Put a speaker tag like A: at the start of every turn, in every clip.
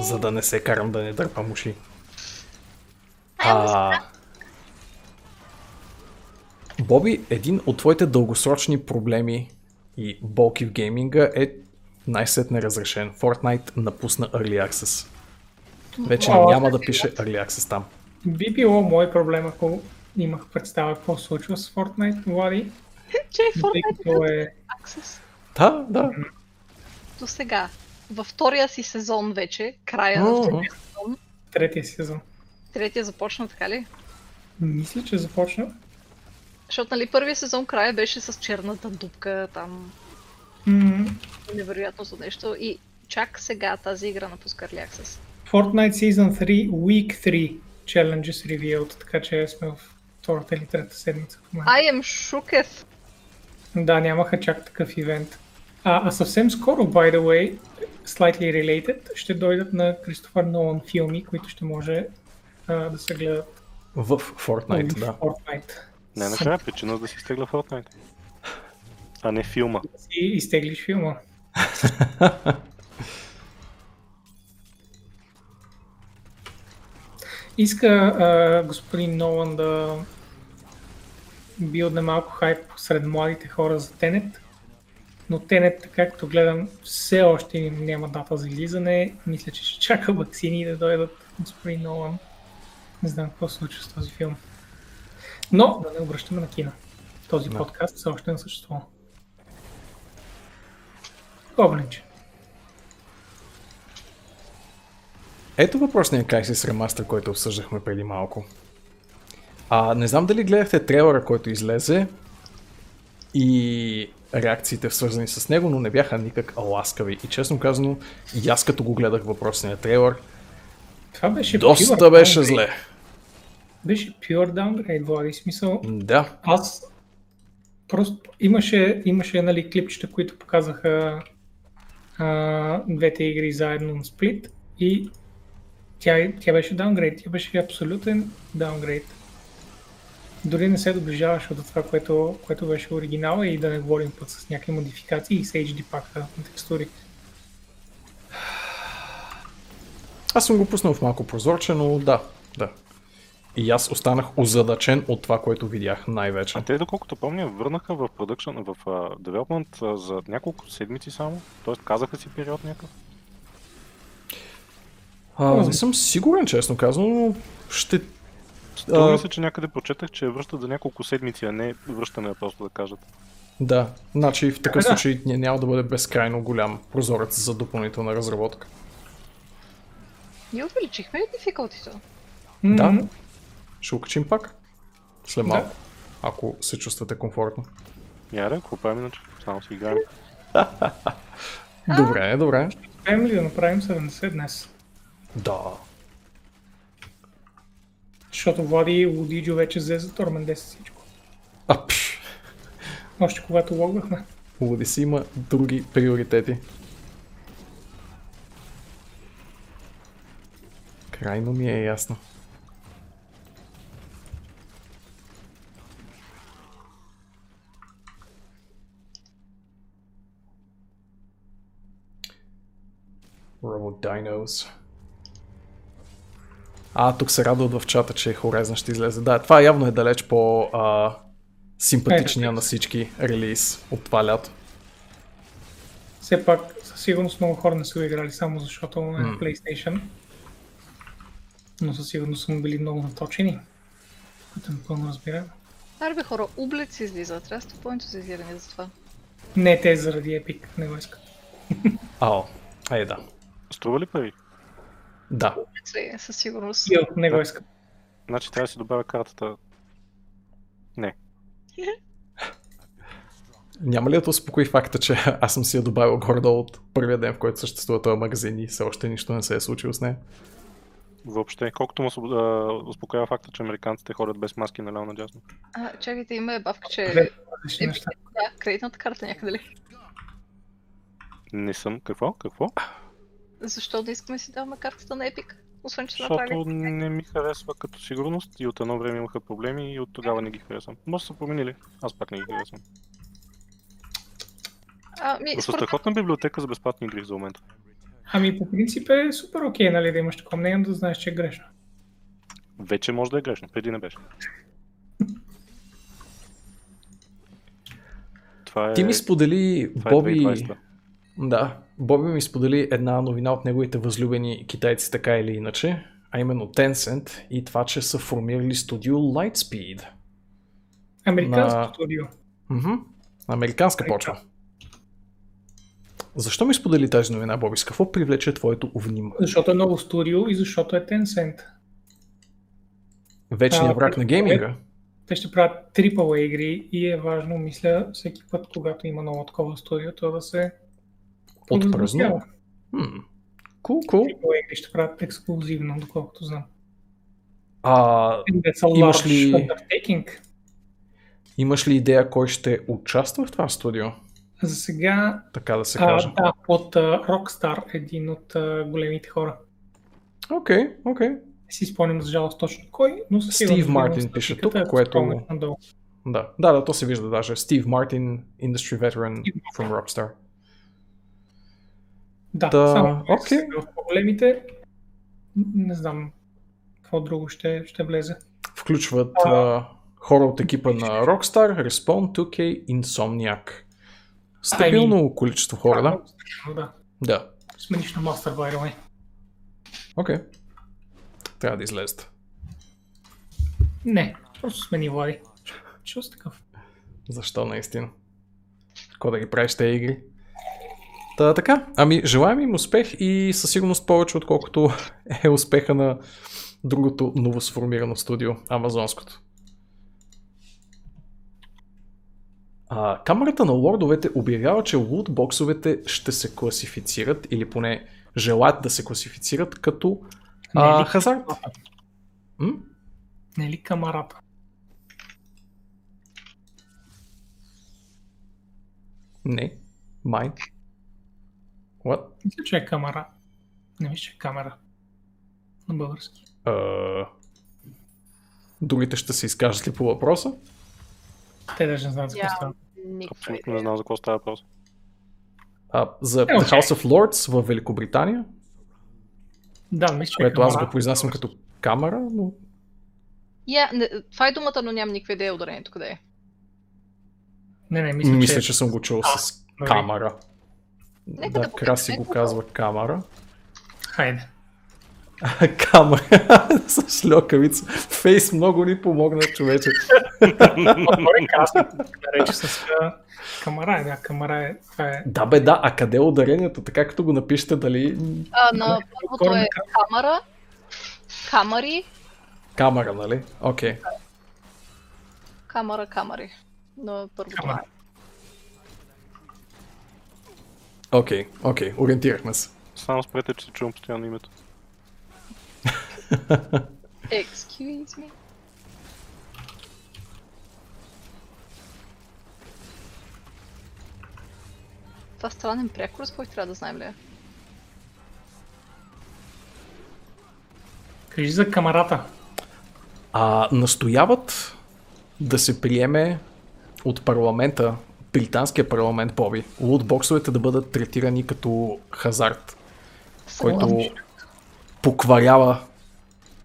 A: за да не се карам да не дърпам уши.
B: Ай,
A: А... Боби, един от твоите дългосрочни проблеми и болки в гейминга е най-сетне разрешен. Fortnite напусна Early Access. Вече
C: О,
A: няма да пише Early Access там.
C: Би било мой проблем, ако имах представа какво се случва с Fortnite, Влади.
B: че е
C: но Тъй
B: Fortnite
C: като е...
B: Access.
A: Да, да.
B: До сега. Във втория си сезон вече, края на
A: Мгм.
B: втория сезон,
C: третия сезон.
B: третия започна така ли?
C: Мисля, че започна.
B: Защото нали първия сезон края беше с черната дупка, там
C: М,
B: невероятно за нещо и чак сега тази игра напуска Early Access.
C: Fortnite Season 3, Week 3 Challenges Revealed, така че сме в втората или трета седмица в момента.
B: I am shooketh.
C: Да, нямаха чак такъв ивент. А, а съвсем скоро, by the way, slightly related, ще дойдат на Кристофър Нолан филми, които ще може а, да се гледат
A: В Fortnite,
C: в
A: да.
C: Fortnite.
D: Не, накрая причина да си стегля Fortnite. А не филма.
C: И изтеглиш филма. Иска а, господин Нолан да билдне малко хайп сред младите хора за Тенет, но Тенет, така както гледам, все още няма дата за излизане. Мисля, че ще чака вакцини да дойдат господин Нолан. Не знам какво се случва с този филм. Но да не обръщаме на кина. Този
A: Да.
C: подкаст все още не съществува. Гоблинче.
A: Ето въпросния Crysis ремастър, който обсъждахме преди малко. А, не знам дали гледахте трейлера, който излезе и реакциите свързани с него, но не бяха никак ласкави. И честно казано, и аз като го гледах въпросния трейлер,
C: Това беше
A: доста
C: pure
A: беше
C: downgrade.
A: зле.
C: Беше pure downgrade, Влади. Смисъл,
A: М, Да,
C: аз просто имаше, имаше нали, клипчета, които показаха а, двете игри заедно на Split и тя, тя беше downgrade. Тя беше абсолютен downgrade. Дори не се доближаваше до това, което, което беше оригинала и да не говорим път с някакви модификации и с HD пака на текстури.
A: аз съм го пуснал в малко прозорче, но да, да. И аз останах озадачен от това, което видях най-вече.
D: А те, доколкото помня, върнаха в продъкшн, в а, девелопмент а, за няколко седмици само. Тоест казаха си период някакъв.
A: А, не съм сигурен, честно казано, но ще...
D: Струва
A: А.
D: ми се, че някъде прочетах, че я връщат за няколко седмици, а не връщане а просто да кажат.
A: Да, значи в такъв
C: Да.
A: случай ня- няма да бъде безкрайно голям прозорец за допълнителна разработка.
B: Ние увеличихме ли дификалтито?
A: Да,
C: М,
A: ще окачим пак. След малко. Ако се чувствате комфортно.
D: Яре, какво правим иначе? Само си играем.
A: Добре, добре.
C: Успеем ли да направим 70 днес?
A: Да.
C: Защото Влади Лудиджо вече взе за Тормен 10 всичко.
A: А, пш,
C: Още когато логвахме.
A: Луди си има други приоритети. Крайно ми е ясно. Robo Dinos. А, тук се радват в чата, че Horizon ще излезе. Да, това явно е далеч по а, симпатичния на всички релиз от това лято.
C: Все пак със сигурност много хора не са го играли само защото е на PlayStation. Но със сигурност са му били много наточени. Което напълно разбирам.
B: Арбе хора, Ублец излиза, трябва да сте по-ентузиазирани за това.
C: Не те заради Epic не го искат.
A: Ао, е да.
D: Струва ли пари?
A: Да.
B: Ублец ли е, със сигурност?
C: Йо, не го искат.
D: Значи трябва да си добавя картата. Не.
A: Няма ли да те успокои факта, че аз съм си я добавил гордо от първия ден, в който съществува този магазин и все още нищо не се е случило с нея?
D: Въобще, колкото му освоб- а, успокоява факта, че американците ходят без маски наляво надясно.
B: А, чакайте, има е бавка,
C: Две
B: че...
C: различни неща.
B: Да, кредитната карта някъде ли?
D: Не съм. Какво? Какво?
B: Защо да искаме да си даваме картата на Epic? Освен, че са направили.
D: Защото не ми харесва като сигурност и от едно време имаха проблеми и от тогава не ги харесвам. Може да са променили. Аз пак не ги харесвам.
B: Ами,
D: Просто
B: според мен
D: страхотна библиотека за безплатни игри за момента.
C: Ами по принцип е супер окей, нали, да имаш такова мнение, но да знаеш, че е грешно.
D: Вече може да е грешно, преди не беше. Това е...
A: Ти ми сподели,
D: това е
A: Боби,
D: 2020.
A: Да, Боби ми сподели една новина от неговите възлюбени китайци, така или иначе, а именно Tencent и това, че са формирали студио Lightspeed.
C: Американско
A: На-
C: студио.
A: Мгм.
D: Е,
A: Американска почва. Защо ми сподели тази новина, Боби? С какво привлече твоето внимание?
C: Защото е ново студио и защото е Tencent.
A: Вечният
C: А,
A: враг на гейминга?
C: Те ще правят AAA игри и е важно, мисля, всеки път, когато има ново такова студио, то да се
A: Отпразнува.
C: възмутява.
A: Хм. Кул, кул.
C: AAA игри ще правят ексклюзивно, доколкото знам.
A: А
C: And that's a
A: Имаш
C: large
A: ли-
C: undertaking.
A: имаш ли идея кой ще участва в това студио?
C: За сега,
A: Така да се каже.
C: а, да, от uh, Rockstar, един от uh, големите хора.
A: Окей, окей.
C: Не си спомням за жалост точно кой, но със
A: Стив
C: сигурност има
A: Мартин
C: статиката,
A: пише тук,
C: ако
A: което-
C: спомняш надолу.
A: Да, да, да, то се вижда даже. Стив Мартин, industry veteran from Rockstar.
C: Да,
A: Та,
C: само
A: окей.
C: okay. в големите. Не знам какво друго ще, ще влезе.
A: Включват а, хора от екипа на Rockstar, Respawn, 2K, Insomniac. Стабилно количество хора, Ами, да?
C: Да, да.
A: Да,
C: Смениш на Master by the way.
A: окей. Трябва да излезете.
C: Не, просто смени Влади. Чу с такъв.
A: Защо наистина? Какво да ги правиш тези игри? Та, така, ами желаем им успех и със сигурност повече отколкото е успеха на другото новосформирано студио, амазонското. А, камерата на лордовете обявява, че лутбоксовете ще се класифицират или поне желаят да се класифицират като
C: Не
A: а,
C: ли?
A: хазарт. М?
C: Не ли камарата?
A: Не. Май. What?
C: Мисля, че е камара. Не мисля, че е камера. На български.
A: А, Другите ще се изкажат ли по въпроса?
C: Те даже не знаят за какво
B: Я
C: става.
B: никаква
D: Абсолютно не
B: идея.
D: знам за какво става въпрос.
A: А, за
C: Е,
A: The
C: окей.
A: House of Lords в Великобритания,
C: Да, мисля, че е
A: което аз
C: камара.
A: го произнасям като камера, но
B: Я, не, това е думата, но нямам никаква идея ударението къде е.
C: Не, не, мисля,
A: мисля,
C: че... е- нали?
A: че съм го чул с
C: добре.
A: камера.
B: Нека да
A: Да, Краси
B: попитаме
A: го
B: Google.
A: казва камера.
C: Хайде.
A: камера с шльокавица. Фейс много ни помогна, човече.
C: Добре, казвам. Рече с а, камара. е, Да, камара е... Това е...
A: Да бе, да, а къде е ударението? Така като го напишете, дали
B: А, на първото е камера, камери,
A: камера, нали? Окей.
B: камера, камери. На първото.
C: Камара.
A: Окей, окей, ориентирахме се.
D: Само спрете, че се чувам постоянно името.
B: Excuse me. Това е странен прякурс, който трябва да знаем ли е.
C: Кажи за камарата.
A: а, настояват да се приеме от парламента, британския парламент, Боби, лутбоксовете да бъдат третирани като хазарт, който
B: ами.
A: покварява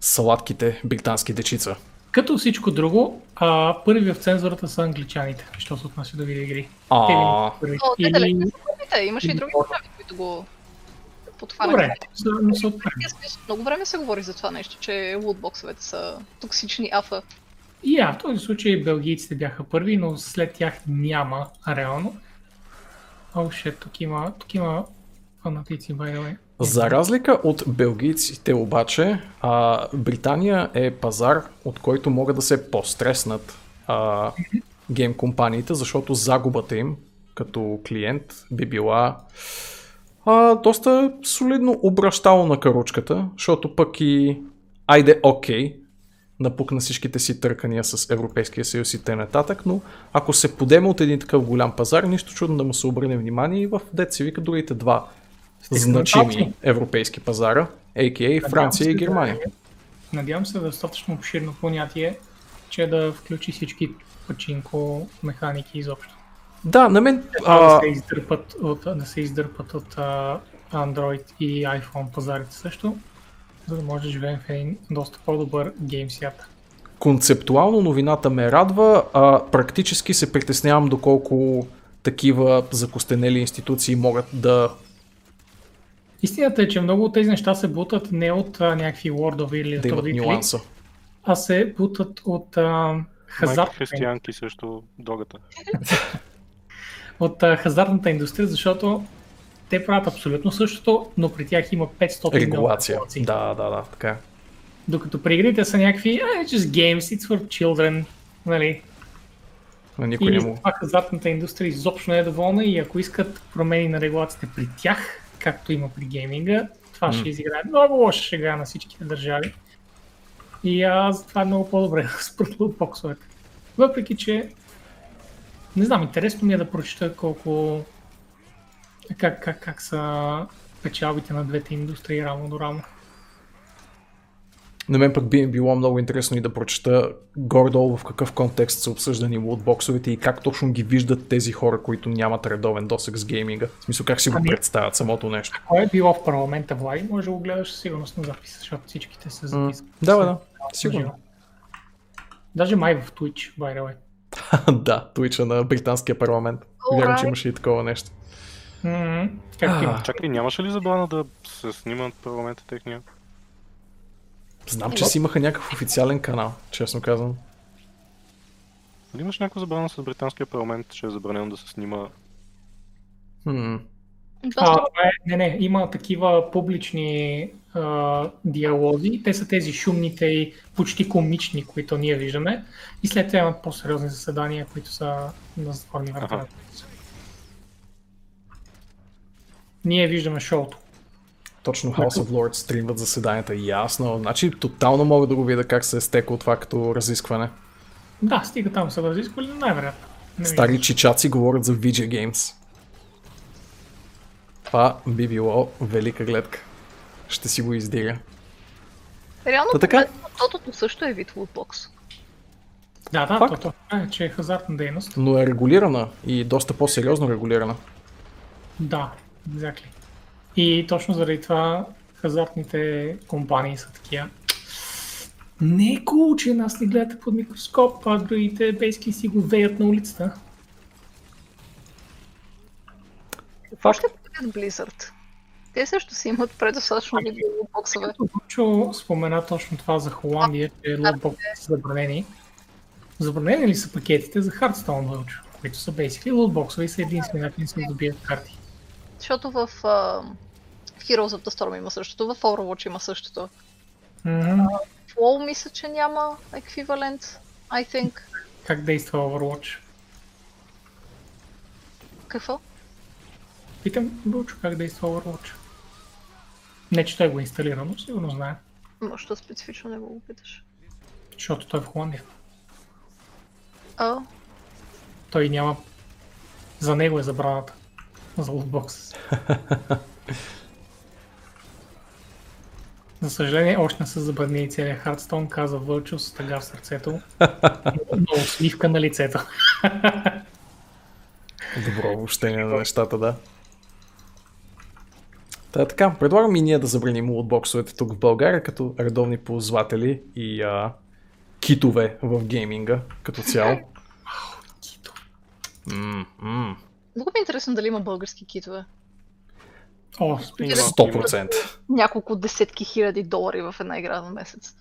A: сладките британски дечица.
C: Като всичко друго, а, първи в цензурата са англичаните, що се отнася до видеоигри.
A: А.
C: Те винаги са първи.
B: О, те далеч не
C: Или...
B: са първите. Имаше и
C: или
B: други
C: хора.
B: държави, които го подхванаха.
C: Добре, са- но са от първи.
B: Ние сме- Много време се говори за това нещо, че лутбоксовете са токсични афа.
C: И а, в този случай белгийците бяха първи, но след тях няма реално. О, oh, shit, тук има, тук има фанатици, by the way.
A: За разлика от белгийците обаче, а, Британия е пазар, от който могат да се постреснат а, гейм компаниите, защото загубата им като клиент би била а, доста солидно обращало на каручката, защото пък и айде окей, напукна всичките си търкания с Европейския съюз и т.н. но ако се подеме от един такъв голям пазар, нищо чудно да му се обърне внимание и в деца вика другите два значими
C: Нататък.
A: европейски пазара, а.к.а. Франция и Германия.
C: Надявам се да е достатъчно обширно понятие, че да включи всички пачинко механики изобщо.
A: Да, на мен...
C: а... да
A: А,
C: се издърпат от, да се издърпат от а, Android и iPhone пазарите също, за да може да живеем в един доста по-добър гейм свят.
A: Концептуално новината ме радва, а практически се притеснявам доколко такива закостенели институции могат да...
C: Истината е, че много от тези неща се бутат не от а, някакви лордове или
A: да имат
C: ръководители,
A: нюанса.
C: а се бутат от а,
D: Майка
C: хазартната им-
D: християнки също догата.
C: от а, хазартната индустрия, защото те правят абсолютно същото, но при тях има 500 милиона
A: Регулация.
C: регулации.
A: Да, да, да, така е.
C: Докато при игрите са някакви, ah, it's just games, it's for children, нали?
A: На никой не
C: И
A: му.
C: това хазартната индустрия изобщо не е доволна и ако искат промени на регулациите при тях, както има при гейминга, това ще изиграе много лоша шега на всичките държави. И а, затова е много по-добре според лутбоксовете. Въпреки, че не знам, интересно ми е да прочета колко как, как, как са печалбите на двете индустрии рамо до рамо.
A: На мен пък би било много интересно и да прочета гордо в какъв контекст са обсъждани лутбоксовете и как точно ги виждат тези хора, които нямат редовен досек с гейминга. В смисъл как си го
C: Ами-
A: представят самото нещо.
C: Кой е било в парламента, Влади, може да го гледаш със сигурност на запис, защото всичките са
A: М,
C: записани.
A: Да, бе, да, сигурно.
C: Даже май в Twitch, by the way.
A: да, Twitch на британския парламент. Вярвам, че
B: Alright.
A: имаше и такова нещо.
C: М, Както има.
D: Чакай, нямаше ли забрана да се снимат парламента техния?
A: Знам, че си имаха някакъв официален канал, честно казвам.
D: Дали Нали имаш някаква забрана с британския парламент, че е забранено да се снима?
A: Хм.
C: А,
B: Доста
C: това е, не, не, има такива публични а, диалози. Те са тези шумните и почти комични, които ние виждаме. И след това имат по-сериозни заседания, които са на затворни врата.
D: Аха.
C: Ние виждаме шоуто.
A: Точно House of Lords стримват заседанията, ясно. Значи тотално мога да го видя как се е стекло това като разискване.
C: Да, стига там са го разисквали, но най-вероятно. Не виждам.
A: Стари чичаци говорят за VG Games. Това би било велика гледка. Ще си го издига.
B: Реално
A: Та така.
B: погледнато, тотото също е вид лутбокс.
C: Да, да,
A: Факт.
C: то, то, е, че е хазартна дейност.
A: Но е регулирана и доста по-сериозно регулирана.
C: Да, exactly. И точно заради това хазартните компании са такива. Не е cool, че нас не гледате под микроскоп, а другите бейски си го веят на улицата.
B: Какво ще правят Blizzard? Те също си имат предостатъчно видео лутбоксове.
C: Като Бучо спомена точно това за Холандия, че е лутбоксите са забранени. Забранени ли са пакетите за Hearthstone, Вълчо? Които са basically лутбоксове и са единствени начин да се добият карти.
B: Защото в, а, в Heroes of the Storm има същото, в Overwatch има същото.
C: М,
B: В WoW мисля, че няма еквивалент, I think.
C: Как действа Overwatch?
B: Какво?
C: Питам Бучо как действа Overwatch. Не, че той го инсталира, но сигурно знае.
B: Може да специфично не го опиташ.
C: Защото той е в Холандия.
B: А,
C: Той няма... За него е забраната. За лутбокс. За съжаление, още не са забранили целият Хардстон, каза Вълчо с тъга в сърцето. Но усмивка на лицето.
A: Добро обобщение на нещата, да. Та, така, предлагам и ние да забраним лутбоксовете тук в България като редовни ползватели и а, китове в гейминга като цяло.
C: Кито.
A: М, м,
B: много ми е интересно дали има български китове.
C: О, спи.
A: 100%.
B: Няколко десетки хиляди долари в една игра на месец.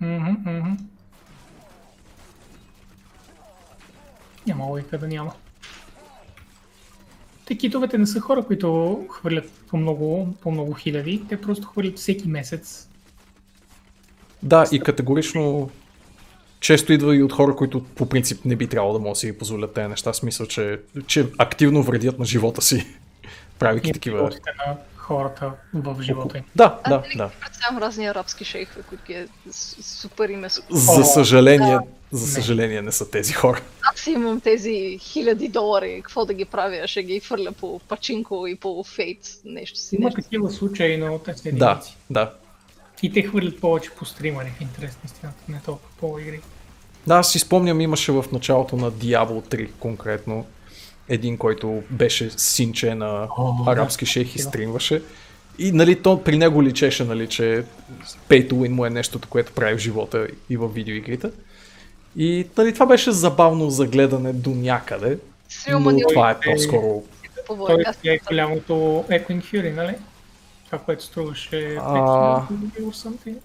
C: Мгм, мгм. Няма логика да няма. Те китовете не са хора, които хвърлят по много, по много хиляди. Те просто хвърлят всеки месец.
A: Да, и категорично често идва и от хора, които по принцип не би трябвало да могат да си ги позволят тези неща. В смисъл, че, че активно вредят на живота си, правейки
C: И
A: такива.
C: Е, на хората в живота им.
A: Да,
B: А,
A: да,
B: нали
A: да.
B: си Представям разни арабски шейхове, които ги е с- супер име. с-
A: За
C: О,
A: съжаление, за
C: не.
A: съжаление не са тези хора.
B: Аз имам тези хиляди долари, какво да ги правя? Ще ги хвърля по пачинко и по фейт, нещо си.
C: Има
B: Нещо.
C: такива случаи, но те са
A: Да,
C: единици.
A: да.
C: И те хвърлят повече по стримари в интерес на истината, не толкова по игри.
A: Да, аз си спомням, имаше в началото на Diablo 3 конкретно един, който беше синче на
C: О, да.
A: арабски шейх и стримваше. И нали, то при него личеше, нали, че pay to win му е нещото, което прави в живота и в видеоигрите. И нали, това беше забавно за гледане до някъде.
B: Силма
A: Но
B: ни
A: това е по-скоро
B: купува.
C: Той
B: Аз
C: е голямото Echoing Fury, нали? Това, което струваше
A: А.
C: 500 или something.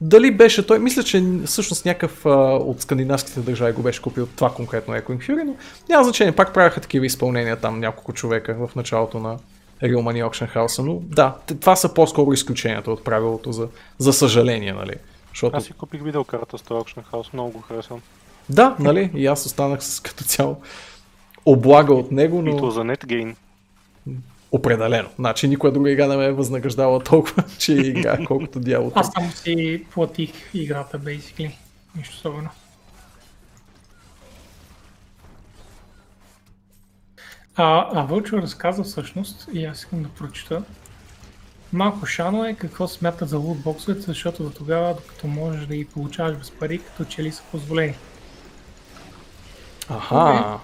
A: Дали беше той, мисля, че всъщност някакъв а, от скандинавските държави го беше купил това конкретно Echoing Fury, но няма значение, пак правяха такива изпълнения там няколко човека в началото на Real Money Auction House, но да, т- това са по-скоро изключенията от правилото за, за съжаление, нали? Защото,
D: Аз си купих видеокарта с този Auction House, много го харесвам.
A: да, нали, и аз останах с като цяло облага от него,
D: И то
A: но
D: за NetGain.
A: определено. Значи никоя друга игра не ме е възнаграждала толкова, че игра, колкото дялото.
C: Аз само си платих играта, basically. Нищо особено. А, а Вълчо разказа всъщност, и аз искам да прочета, малко шано е какво смятат за лутбоксовете, защото до тогава, докато можеш да ги получаваш без пари, като че ли са позволени.
D: Ами,
A: Аха,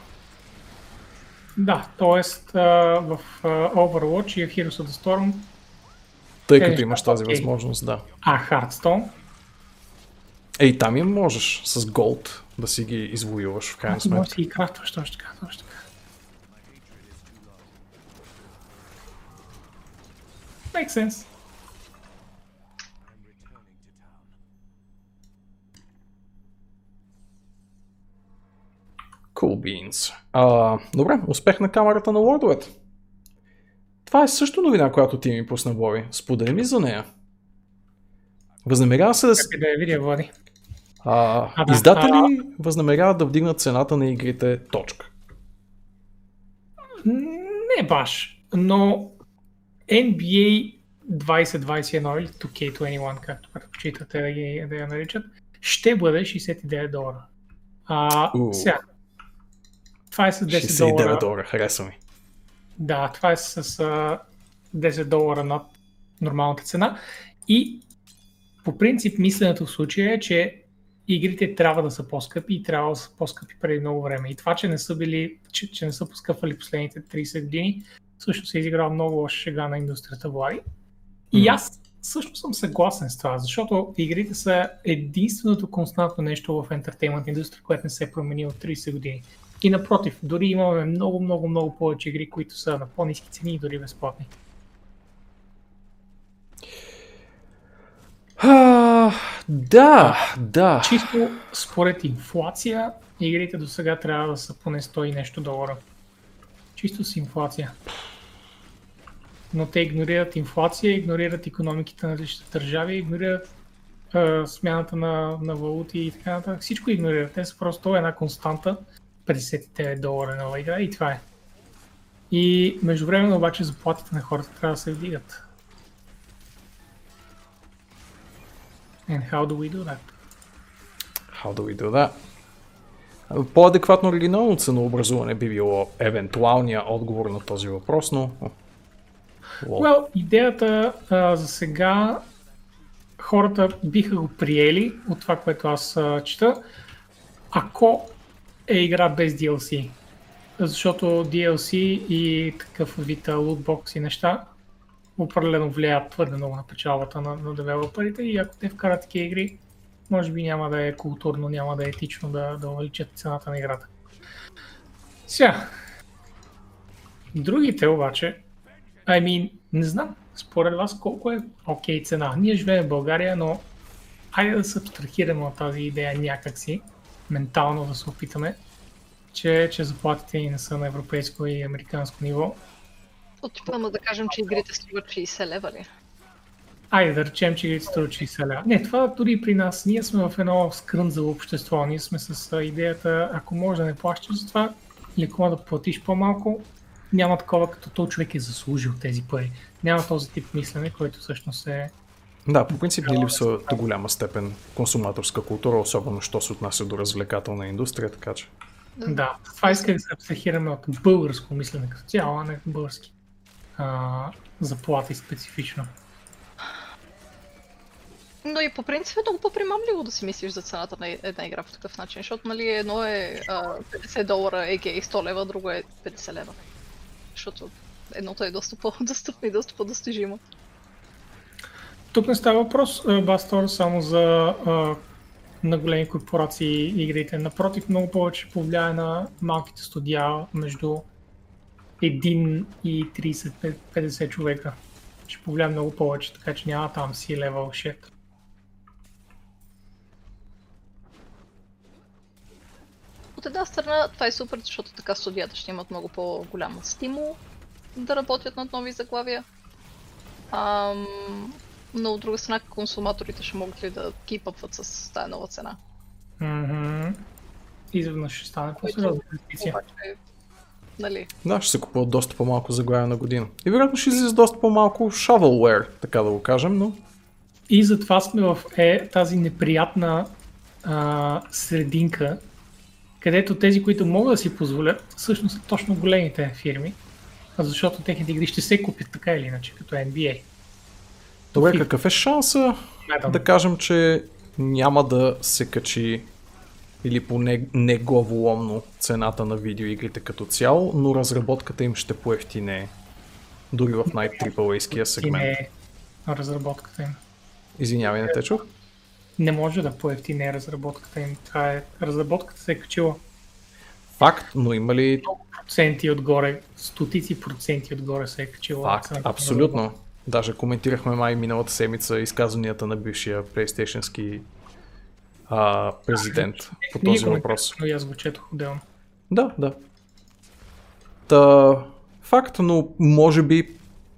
C: Да, т.е. в а, Overwatch и в Heroes of the Storm,
A: тъй
C: Е,
A: като имаш тази
C: окей.
A: възможност, да.
C: а Hearthstone,
A: Ей, там и можеш с голд да си ги извоюваш в крайна
C: ти можеш да
A: сметка.
C: си ги крафтваш точно така, точно така. Make sense.
A: Cool beans. А, добре, успех на камерата на лордовете. Това е също новина, която ти ми пусна, Бори. Сподели ми за нея. Възнамерява се да... с-
C: Чакай да я видя, Влади.
A: А,
C: А, да.
A: издатели възнамеряват да вдигнат цената на игрите точка.
C: Не баш, но NBA 2021 или 2K21, както предпочитате да, ги, да я наричат, ще бъде 69 долара. А,
A: Уу.
C: сега, това е с 10
A: 69
C: долара.
A: долара, харесва ми.
C: Да, това е с а, 10 долара над нормалната цена. И по принцип мисленето в случая е, че игрите трябва да са по-скъпи и трябва да са по-скъпи преди много време. И това, че не са били, че, че не са поскъпвали последните 30 години, също се изиграл много лоша шега на индустрията Влади. И
A: Мгм.
C: аз също съм съгласен с това, защото игрите са единственото константно нещо в ентертеймент индустрия, което не се е променило от 30 години. И напротив, дори имаме много, много, много повече игри, които са на по-низки цени и дори безплатни.
A: А, да, да.
C: Чисто според инфлация, игрите до сега трябва да са поне 100 и нещо долара. Чисто с инфлация. Но те игнорират инфлация, игнорират економиките на различните държави, игнорират е, смяната на, на валути и така нататък. Всичко игнорират. Те са просто една константа 59 долара на игра и това е. И междувременно обаче заплатите на хората трябва да се вдигат. And how do we do that?
A: How do we do that? По-адекватно оригинално ценообразуване би било евентуалния отговор на този въпрос, но... Лол.
C: Well, идеята а, за сега хората биха го приели от това, което аз а, чета, ако е игра без DLC. Защото DLC и такъв вид а, лутбокс и неща определено влияят твърде много на печалбата на, на девелоперите и ако те вкарат такива игри, може би няма да е културно, няма да е етично да, да увеличат цената на играта. Сега, другите обаче, I mean, не знам според вас колко е окей цена. Ние живеем в България, но айде да се абстрахираме от тази идея някакси, ментално да се опитаме, че, че заплатите ни не са на европейско и американско ниво.
B: отиваме да кажем, че игрите струват 60 лева ли?
C: Айде да речем, че ги струва 60 лева. Не, това дори при нас. Ние сме в едно скрънзало общество. Ние сме с а, идеята, ако можеш да не плащаш за това, или ако можеш да платиш по-малко, няма такова, като то човек е заслужил тези пари. Няма този тип мислене, който всъщност е
A: Да, по принцип ни липсва до голяма степен консуматорска култура, особено що се отнася до развлекателна индустрия, така че...
C: Да, това исках да се абстрахираме от българско мислене като цяло, а не български а, заплати специфично.
B: Но и по принцип е много по-примамливо да си мислиш за цената на е-, една игра по такъв начин, защото нали едно е а, 50 долара, а.к.а. 100 лева, друго е 50 лева. Защото едното е доста по-достъпно и доста по-достижимо.
C: Тук не става въпрос, а, Бастор, само за а, на големи корпорации игрите. Напротив, много повече повлияе на малките студия между 1 и 30-50 човека. Ще повлияе много повече, така че няма там си левел 6.
B: От една страна това е супер, защото така студията ще имат много по-голям стимул да работят над нови заглавия. Ам, но от друга страна консуматорите ще могат ли да кипъпват с тази нова цена.
C: Мгм. Изведнъж ще стане по-сериозна инвестиция.
B: Обаче, нали,
A: Да, ще се купуват доста по-малко заглавия на година. И вероятно ще излиза доста по-малко shovelware, така да го кажем, но
C: И затова сме в е, тази неприятна а, срединка, където тези, които могат да си позволят, всъщност са точно големите фирми, защото техните игри ще се купят така или иначе, като NBA.
A: добре,
C: Фиф.
A: какъв е шанса
C: Гледам.
A: да кажем, че няма да се качи или поне неглаволомно цената на видеоигрите като цяло, но разработката им ще поевтине дори в най-триплейския
C: И
A: сегмент.
C: не е разработката им.
A: Извинявай, не те чух.
C: Не може да поевтине разработката им. Това е, разработката се е качила
A: Факт, но има ли
C: проценти отгоре, стотици проценти отгоре се е качила.
A: Факт,
C: цената на
A: абсолютно. Даже коментирахме май миналата седмица изказванията на бившия PlayStationски а, президент по
C: Ние
A: този
C: го
A: въпрос.
C: Но и аз го четох отделно.
A: Да, да. Та, факт, но може би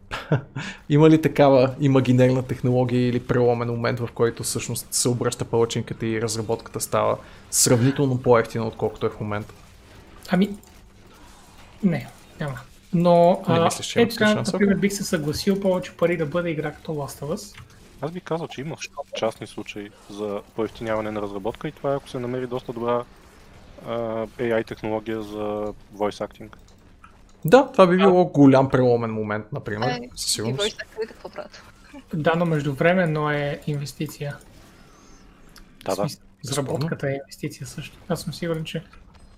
A: има ли такава имагинерна технология или преломен момент, в който всъщност се обръща палачинката и разработката става сравнително по-ефтина, отколкото е в момента?
C: Ами, не, няма. Но
A: Не
C: а,
A: мислиш, че има
C: е така,
A: шанс,
C: например,
A: окей.
C: бих се съгласил повече пари да бъде игра като Last of Us.
D: Аз би казал, че има частни случаи за поевтиняване на разработка и това е ако се намери доста добра а, AI технология за voice acting.
A: Да, това би било голям преломен момент, например,
B: е,
A: със
B: и
A: сигурност.
B: войска крите какво правят.
C: Да, но междувременно е инвестиция.
D: Да,
C: В
D: да.
C: смисъл, Разработката е инвестиция също. Аз съм сигурен, че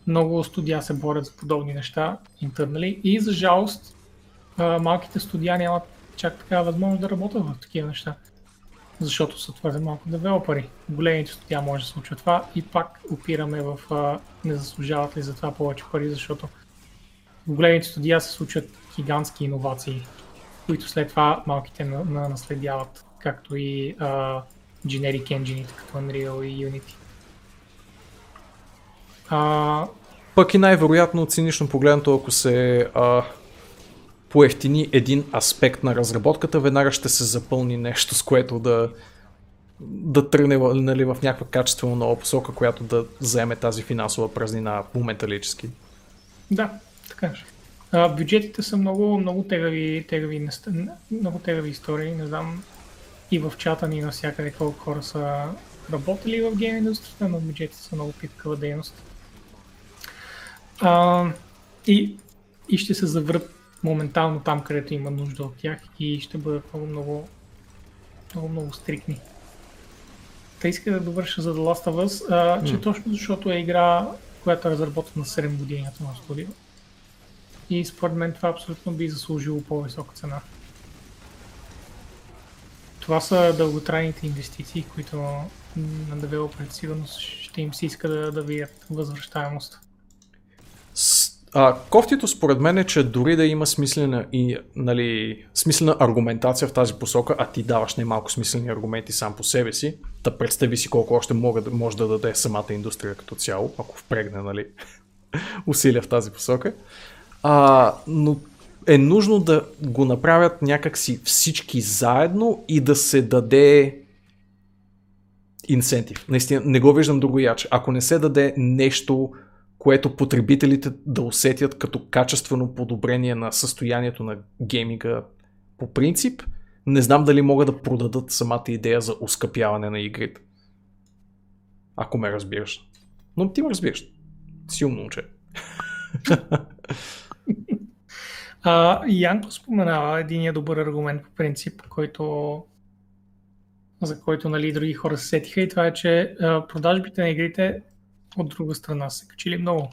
C: много студия се борят за подобни неща интернали и за жалост а, малките студия нямат чак такава възможност да работят в такива неща. Защото са твърде малко девелопери. Големите студия може да случва това и пак опираме в а, не заслужават ли за това повече пари, защото в големите студия се случват гигантски иновации, които след това малките на, на, наследяват, както и а, generic engine като Unreal и Unity. А,
A: Пък и най-вероятно, цинично погледнато, ако се а, поевтини един аспект на разработката, веднага ще се запълни нещо, с което да, да тръгне нали, в някаква качествено нова посока, която да заеме тази финансова празнина моменталически.
C: да, така ще. А, бюджетите са много, много тегави, тегави, нест- много тегави истории. Не знам и в чата ни навсякъде колко хора са работили в гейм индустрията, но бюджетите са много питкава дейност. А, и, и ще се заврат моментално там, където има нужда от тях и ще бъдат много, много, много, много стрикни. Та иска да довърша за The Last of Us, а, че
A: М.
C: точно защото е игра, която е разработена 7 години на студио. И според мен това абсолютно би заслужило по-висока цена. Това са дълготрайните инвестиции, които м, на девелоперите сигурно ще им се иска да, да видят възвръщаемост.
A: С- А, кофтито според мен е, че дори да има смислена, и, нали, смислена аргументация в тази посока, а ти даваш немалко смислени аргументи сам по себе си, да представи си колко още мога, да- може да даде самата индустрия като цяло, ако впрегне нали, усилия в тази посока. А, но е нужно да го направят някакси всички заедно и да се даде инсентив. Наистина, не го виждам друго яче. Ако не се даде нещо, което потребителите да усетят като качествено подобрение на състоянието на гейминга по принцип, не знам дали могат да продадат самата идея за ускъпяване на игрите. Ако ме разбираш. Но ти ме разбираш. Силно момче.
C: А, Янко споменава един добър аргумент по принцип, който за който нали, и други хора се сетиха и това е, че а, продажбите на игрите от друга страна са се качили много.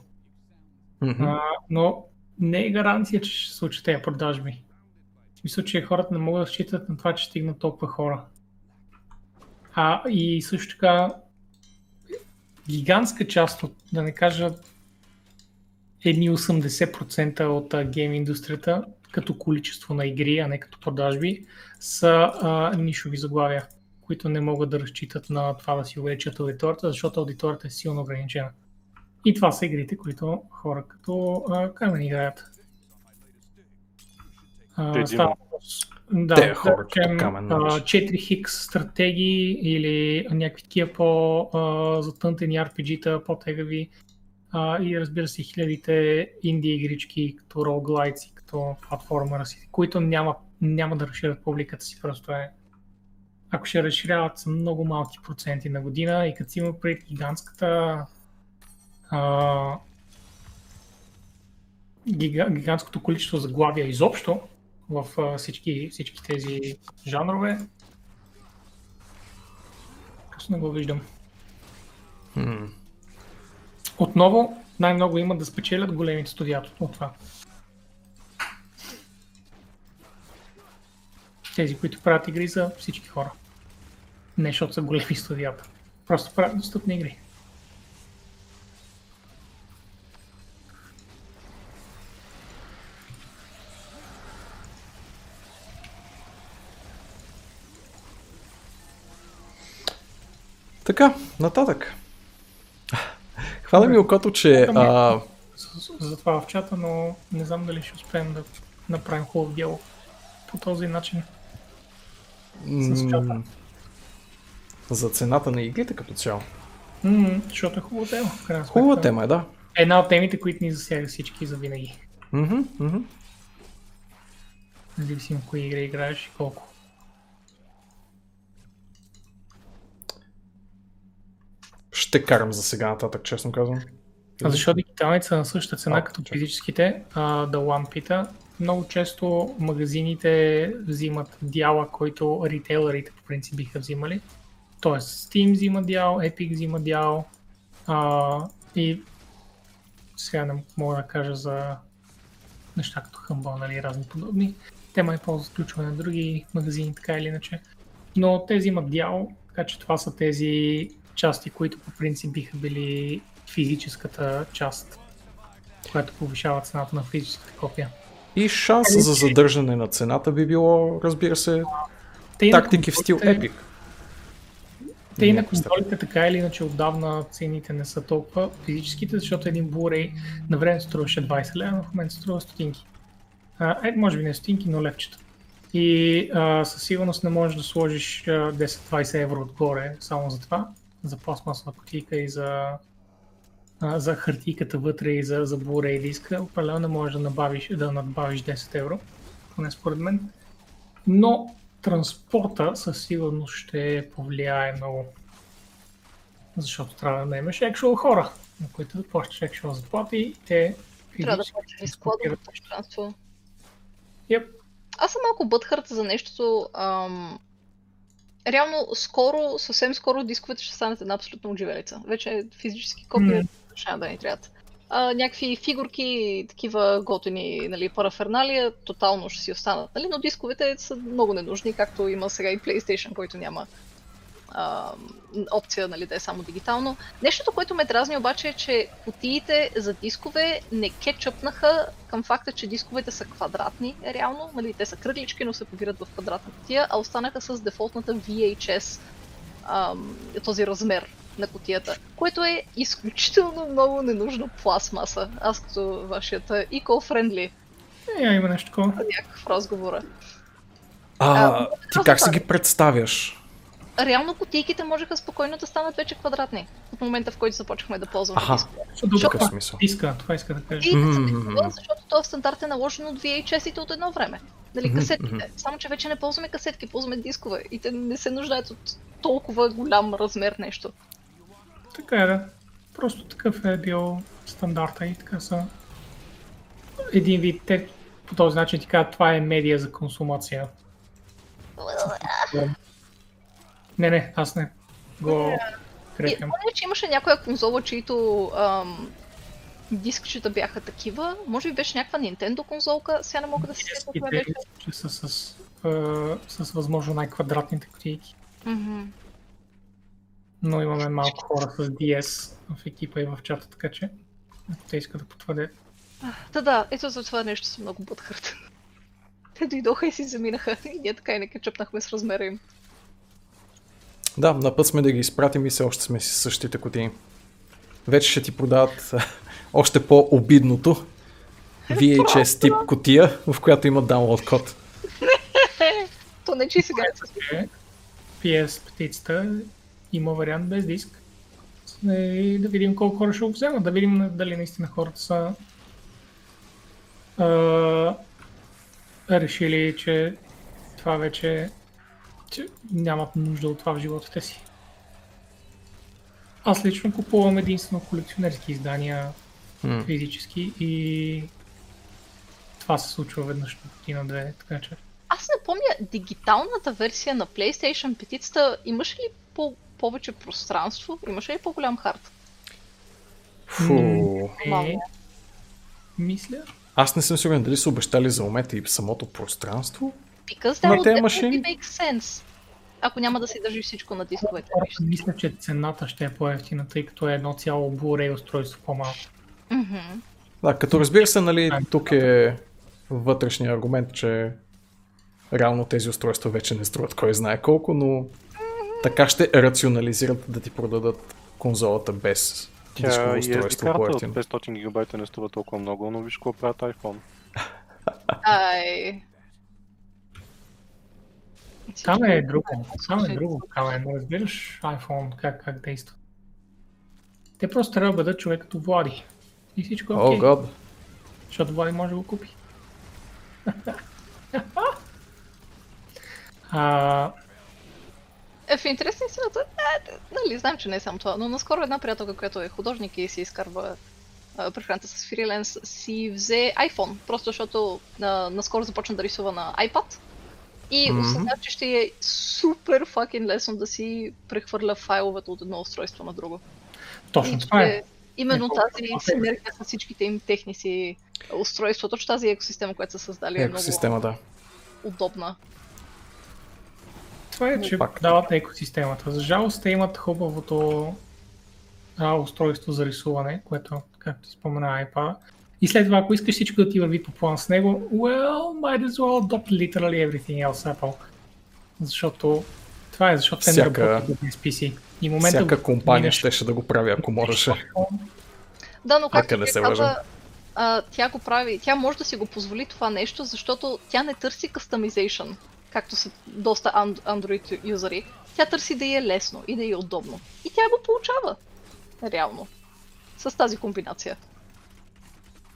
A: Мгм.
C: А, но не е гаранция, че ще се случат тези продажби. В смисъл, че хората не могат да считат на това, че стигнат толкова хора. А и също така, гигантска част от, да не кажа, едни 80% от а, гейм индустрията, като количество на игри, а не като продажби, са а, нишови заглавия, които не могат да разчитат на това да си увеличат аудиторията, защото аудиторията е силно ограничена. И това са игрите, които хора като а, Камен играят. А,
D: Те
C: става,
D: Дима.
C: въпрос- да,
A: Те
C: да,
A: хора като
C: речем,
A: Камен,
C: а,
A: нали?
C: 4 хикс стратегии или някакви такива по-затънтени RPG-та, по-тегави. А, и разбира се, хилядите инди игрички, като roguelites и като платформера си, които няма, няма да разширят публиката си, просто е. Ако ще разширяват са много малки проценти на година и като си има пред гигантската а, гига, гигантското количество заглавия изобщо в а, всички, всички тези жанрове. Късно не го виждам.
A: М.
C: Отново най-много имат да спечелят големите студия от това. Тези, които правят игри за всички хора. Не защото са големи студията. Просто правят достъпни игри.
A: Така, нататък. Хвала ми окото, че
C: е.
A: а,
C: С- с- За това в чата, но не знам дали ще успеем да направим хубав дело по този начин. С чата.
A: м, за цената на игрите като цяло.
C: М, защото е хубава тема. в крайна сметка.
A: Хубава тема е, да.
C: Една от темите, които ни засяга всички за винаги.
A: Мгм, мгм.
C: Независимо кои игри играеш и колко.
A: Ще карам за сега нататък, честно казвам.
C: А защо дигиталните са на същата цена
A: А,
C: като
A: чакай.
C: физическите? А, The One пита. Много често магазините взимат дяла, който ритейлерите по принцип биха взимали. Тоест Steam взима дял, Epic взима дял а, и сега не мога да кажа за неща като Humble, нали, разни подобни. Те май ползват включване на други магазини, така или иначе. Но тези имат дял, така че това са тези части, които по принцип биха били физическата част, която повишава цената на физическата копия.
A: И
C: Ами
A: шанс за задържане на цената би било, разбира се,
C: Те и на
A: тактики в стил
C: консолите-
A: Epic.
C: Те и на
A: Някакви
C: консолите така или иначе отдавна цените не са толкова физическите, защото един Blu-ray на времето струваше 20 лева, но в момента струва стотинки. А, е, може би не стотинки, но левчета. И а, със сигурност не можеш да сложиш а, 10-20 евро отгоре само за това, за пластмасова кутийка и за, а, за хартийката вътре и за, за Blu-ray диска. Определено не можеш да, набавиш, да надбавиш 10 евро, поне според мен но транспорта със сигурност ще повлияе много. Защото трябва да наемеш actual хора, на които да плащаш actual заплати и те
B: Трябва да
C: физически
B: платиш складово
C: транспортират.
B: пространство.
C: Yep.
B: Аз съм малко бътхърт за нещото. Ам... Реално, скоро, съвсем скоро дисковете ще станат една абсолютно отживелица. Вече физически копия
C: Мм.
B: ще да ни трябват. А, някакви фигурки, такива готини нали, параферналия, тотално ще си останат. Нали? Но дисковете са много ненужни, както има сега и PlayStation, който няма а, опция нали, да е само дигитално. Нещото, което ме дразни обаче е, че кутиите за дискове не кетчъпнаха към факта, че дисковете са квадратни реално. Нали, те са кръглички, но се побират в квадратна кутия, а останаха с дефолтната VHS ам, този размер на котията, което е изключително много ненужна пластмаса. Аз като вашият eco-friendly
C: Е, има нещо такова.
B: бях в разговора.
A: А, ти
B: просто
A: как си
B: това
A: ги представяш?
B: Реално котийките можеха спокойно да станат вече квадратни от момента, в който започнахме да ползваме
A: Аха.
B: дискове.
C: Добре,
A: Такъв
C: това
A: смисъл.
C: иска, това иска да кажа.
B: И
A: Мгм.
B: mm-hmm. защото този стандарт е наложен от VHS-ите от едно време. Нали,
A: Мгм,
B: касетките. Само, че вече не ползваме касетки, ползваме дискове. И те не се нуждаят от толкова голям размер нещо.
C: Така е, да. Просто такъв е бил стандарта и така са. Един вид те по този начин ти казват, това е медия за консумация. Не, не, аз не. Го
B: И,
C: крепям.
B: помня, че имаше някоя конзола, чието ам, дискчета бяха такива. Може би беше някаква Nintendo конзолка, сега не мога да се сетя коя
C: Честите,
B: беше.
C: че са с, а, с възможно най-квадратните кутийки.
B: Мгм.
C: Но имаме малко хора с DS в екипа и в чата, така че ако те искат да потвърдят.
B: Та да, ето за това нещо съм много бъдхърт. Те дойдоха и си заминаха и ние така и не качъпнахме с размера им.
A: Да, на път сме да ги изпратим и все още сме си с същите кутии. Вече ще ти продават а, още по-обидното
C: Е,
A: VHS тип кутия, в която има download код.
B: То не че и сега не се случва.
C: Е, PS птицата има вариант без диск. Е, И да видим колко хора ще го вземат, да видим дали наистина хората са а, решили, че това вече че нямат нужда от това в живота си. Аз лично купувам единствено колекционерски издания
A: М.
C: физически и това се случва веднъж на година-две, така че
B: Аз не помня, дигиталната версия на PlayStation 5 имаше ли по- повече пространство? Имаше ли по-голям хард?
A: Фу.
C: е, мисля,
A: Аз не съм сигурен дали са обещали за момента и самото пространство.
B: Because
A: Ма
B: that
A: те
B: would
A: машини-
B: definitely make sense. Ако няма да се държи всичко на дисковете.
C: Хората мисля, че цената ще е по-ефтина, тъй като е едно цяло Blu-ray устройство по-малко.
B: Мгм.
A: Да, като разбира се, нали,
C: Ами,
A: тук е вътрешния аргумент, че реално тези устройства вече не струват кой знае колко, но така ще рационализират да ти продадат конзолата без дисково
D: Тя е и SD
A: устройство
D: карта от
A: по-ефтино.
D: 500 гигабайта не струва толкова много, но виж какво правят iPhone.
B: Ай.
C: Там е друго. Там е друго. Там е, не разбираш iPhone как, как действа. Те просто трябва да бъдат човек като Влади. И всичко е
A: О,
C: окей, okay,
A: гад.
C: защото Влади може да го купи. а,
B: Е, в интерес на истината, е, д- нали, знам, че не е само това, но наскоро една приятелка, която е художник и си изкарва а, прехраната с фриленс, си взе iPhone, просто защото а, наскоро започна да рисува на iPad и
A: Мгм.
B: осъзна, че ще е супер факен лесно да си прехвърля файловете от едно устройство на друго.
C: точно
B: И
C: това
B: че
C: е.
B: Именно
C: Е,
B: тази
C: толкова.
B: синергия с всичките им техници устройства, точно тази екосистема, която са създали е много
A: Екосистема, да.
B: удобна.
C: Това е, че
A: Пак.
C: дават на екосистемата. За жалост те имат хубавото а, устройство за рисуване, което, както ти спомена, iPad. И след това, ако искаш всичко да ти върви по план с него, well, might as well adopt literally everything else Apple. Защото това е, защото те не
A: Всяка-
C: работят добре с PC. И момента, в който
A: Всяка компания
C: минеш-
A: щеше да го прави, ако можеше.
B: Да, но както
A: Нека не
B: ти
A: се
B: каза,
A: лъжем.
B: а, тя го прави, тя може да си го позволи това нещо, защото тя не търси customization, както са доста ан- Android юзери. Тя търси да й е лесно и да й е удобно. И тя го получава, реално, с тази комбинация.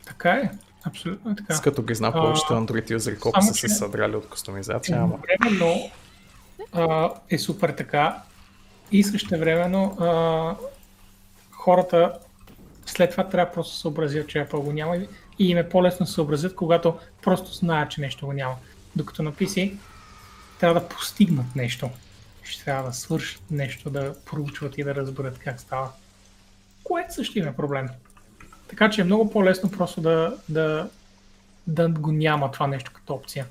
C: Така е, абсолютно е така.
A: С като ги знам
C: А,
A: повечето Android юзери колко
C: само
A: са се
C: че-
A: съдрали от кастомизация, ама...
C: Временно а, е супер така и същевременно а, хората след това трябва просто да съобразят, че Apple го няма и- и им е по-лесно да съобразят, когато просто знаят, че нещо го няма. Докато на PC трябва да постигнат нещо. Ще трябва да свършат нещо, да проучват и да разберат как става. Което също им е проблем. Така че е много по-лесно просто да, да, да го няма това нещо като опция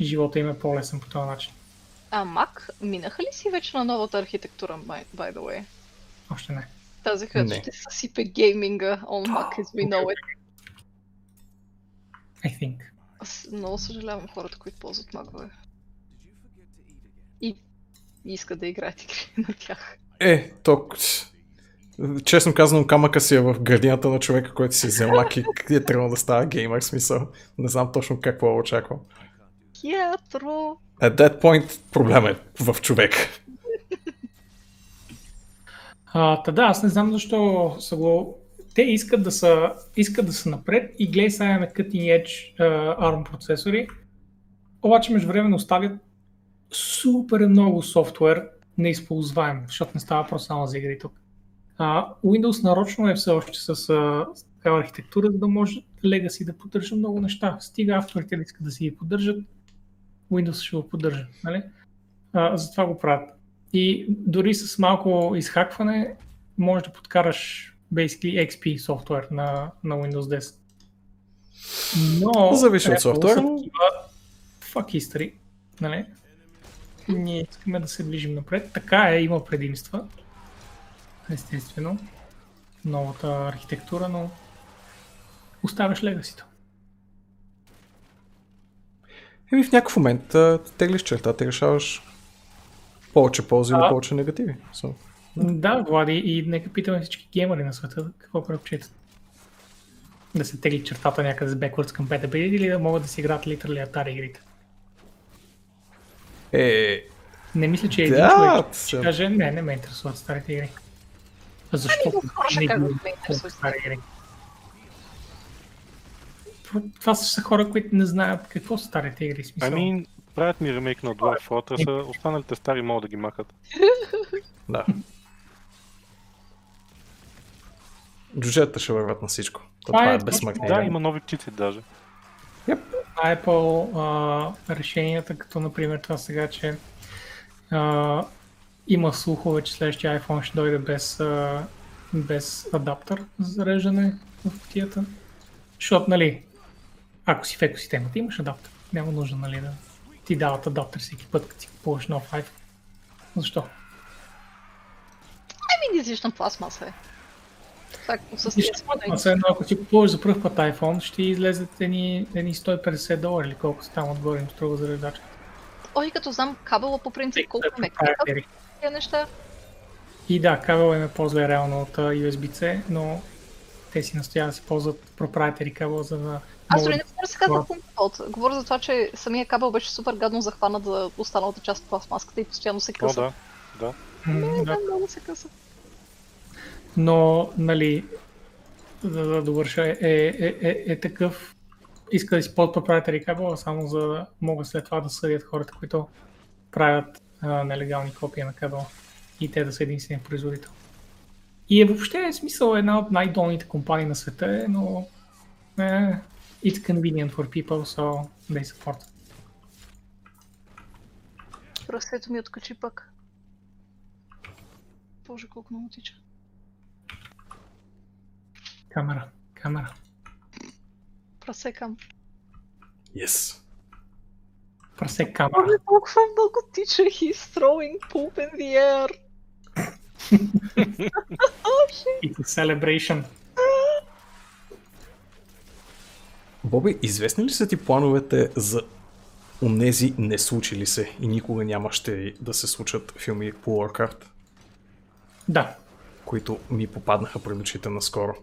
C: живота им е по-лесен по този начин.
B: А Mac, минаха ли си вече на новата архитектура, by, by the way?
C: Още не.
B: Тази, която
A: Не.
B: ще съсипе гейминга on Mac as we know it.
C: I think.
B: Аз много съжалявам хората, които ползват магове. И и искат да играят игри на тях.
A: Е, ток... Честно казвам, камъка си е в градината на човека, който си взел мак и е тръгнал да става геймер, в смисъл. Не знам точно какво очаквам.
B: Хитро!
A: At that point, проблема е в човек.
C: А, та да, аз не знам защо са го... Те искат да са, искат да са напред и гледай сега имаме cutting edge а, ARM процесори, обаче междувременно оставят супер много софтуер неизползваем, защото не става просто само за игри тук. А, Windows нарочно е все още с, а, с такава архитектура, за да може Legacy да поддържа много неща. Стига авторите да искат да си ги поддържат, Windows ще го поддържа. Нали? А, затова го правят. И дори с малко изхакване може да подкараш basically XP софтуер на, на Windows 10. Но...
A: Зависи от
C: Apple
A: софтуера.
C: са такива Fuck history. Нали? Ние искаме да се движим напред. Така е, има предимства. Естествено. Новата архитектура, но оставяш легасито.
A: Еми в някакъв момент а, теглиш чертата и решаваш повече ползи или
C: А.
A: повече негативи. So,
C: Да, Влади, и нека питаме всички геймери на света какво предпочитат. Да се тегли чертата някъде с backwards compatibility или да могат да си играят literally Atari игрите.
A: е,
C: Не мисля, че един
A: Да,
C: човек ще
A: съм.
C: каже, не, не ме интересуват старите игри. Защо?
B: Ами, хората
C: не
B: казват,
C: ги
B: ме интересуват
C: стари игри. Това са хора, които не знаят какво са старите игри. Смисъл.
D: Ами, правят ми ремейк на Dwarf
A: Е,
D: Fortress, останалите стари могат да ги махат.
A: да. Джуджета ще върват на всичко. То
C: Това
A: това
C: е
A: е
C: точно,
A: безсмъртно.
D: Да, има нови птици даже.
C: на Apple а, решенията, като например това сега, че а, има слухове, че следващия iPhone ще дойде без, а, без адаптер за зареждане в кутията. Защото, нали, ако си в екосистемата имаш адаптер, няма нужда, нали, да ти дават адаптер всеки път, като си купуваш нов iPhone. Защо?
B: Ами, не излишна пластмаса е. Так, с
C: Нищо, а все едно, ако си купуваш за първ път iPhone, ще излезат едни, едни 150 долара или колко там отгоре им струва зареждачката.
B: Ой, като знам кабела по принцип колко ме
C: Е,
B: кликат тези неща.
C: И да, кабел е по-зле реално от а, USB-C, но те си настояват да се ползват proprietary кабел, за да
B: Аз дори
C: могат
B: не говоря сега за пункт. Говоря за това, че самия кабел беше супер гадно захванат за останалата част от пластмаската и постоянно се
D: О,
B: къса.
D: да, да.
C: М, да.
B: Да, много се къса.
C: Но, нали, за да довърша, е, е, е, е, е такъв, иска да си под proprietary кабела, само за да могат след това да съдят хората, които правят а, нелегални копия на кабела и те да са единствения производител. И е въобще смисъл една от най-долните компании на света, е, но е, it's convenient for people, so they support.
B: Прасето ми откачи пък. Боже, колко много тича.
C: Камера, камера.
B: Прасе кам.
A: Yes.
C: Прасе е камера.
B: Боже, толкова много тича. He's throwing poop in the air.
C: It's a celebration.
A: Боби, известни ли са ти плановете за онези не случили се и никога нямаше да се случат филми по Warcraft,
C: Да.
A: които ми попаднаха пред очите наскоро?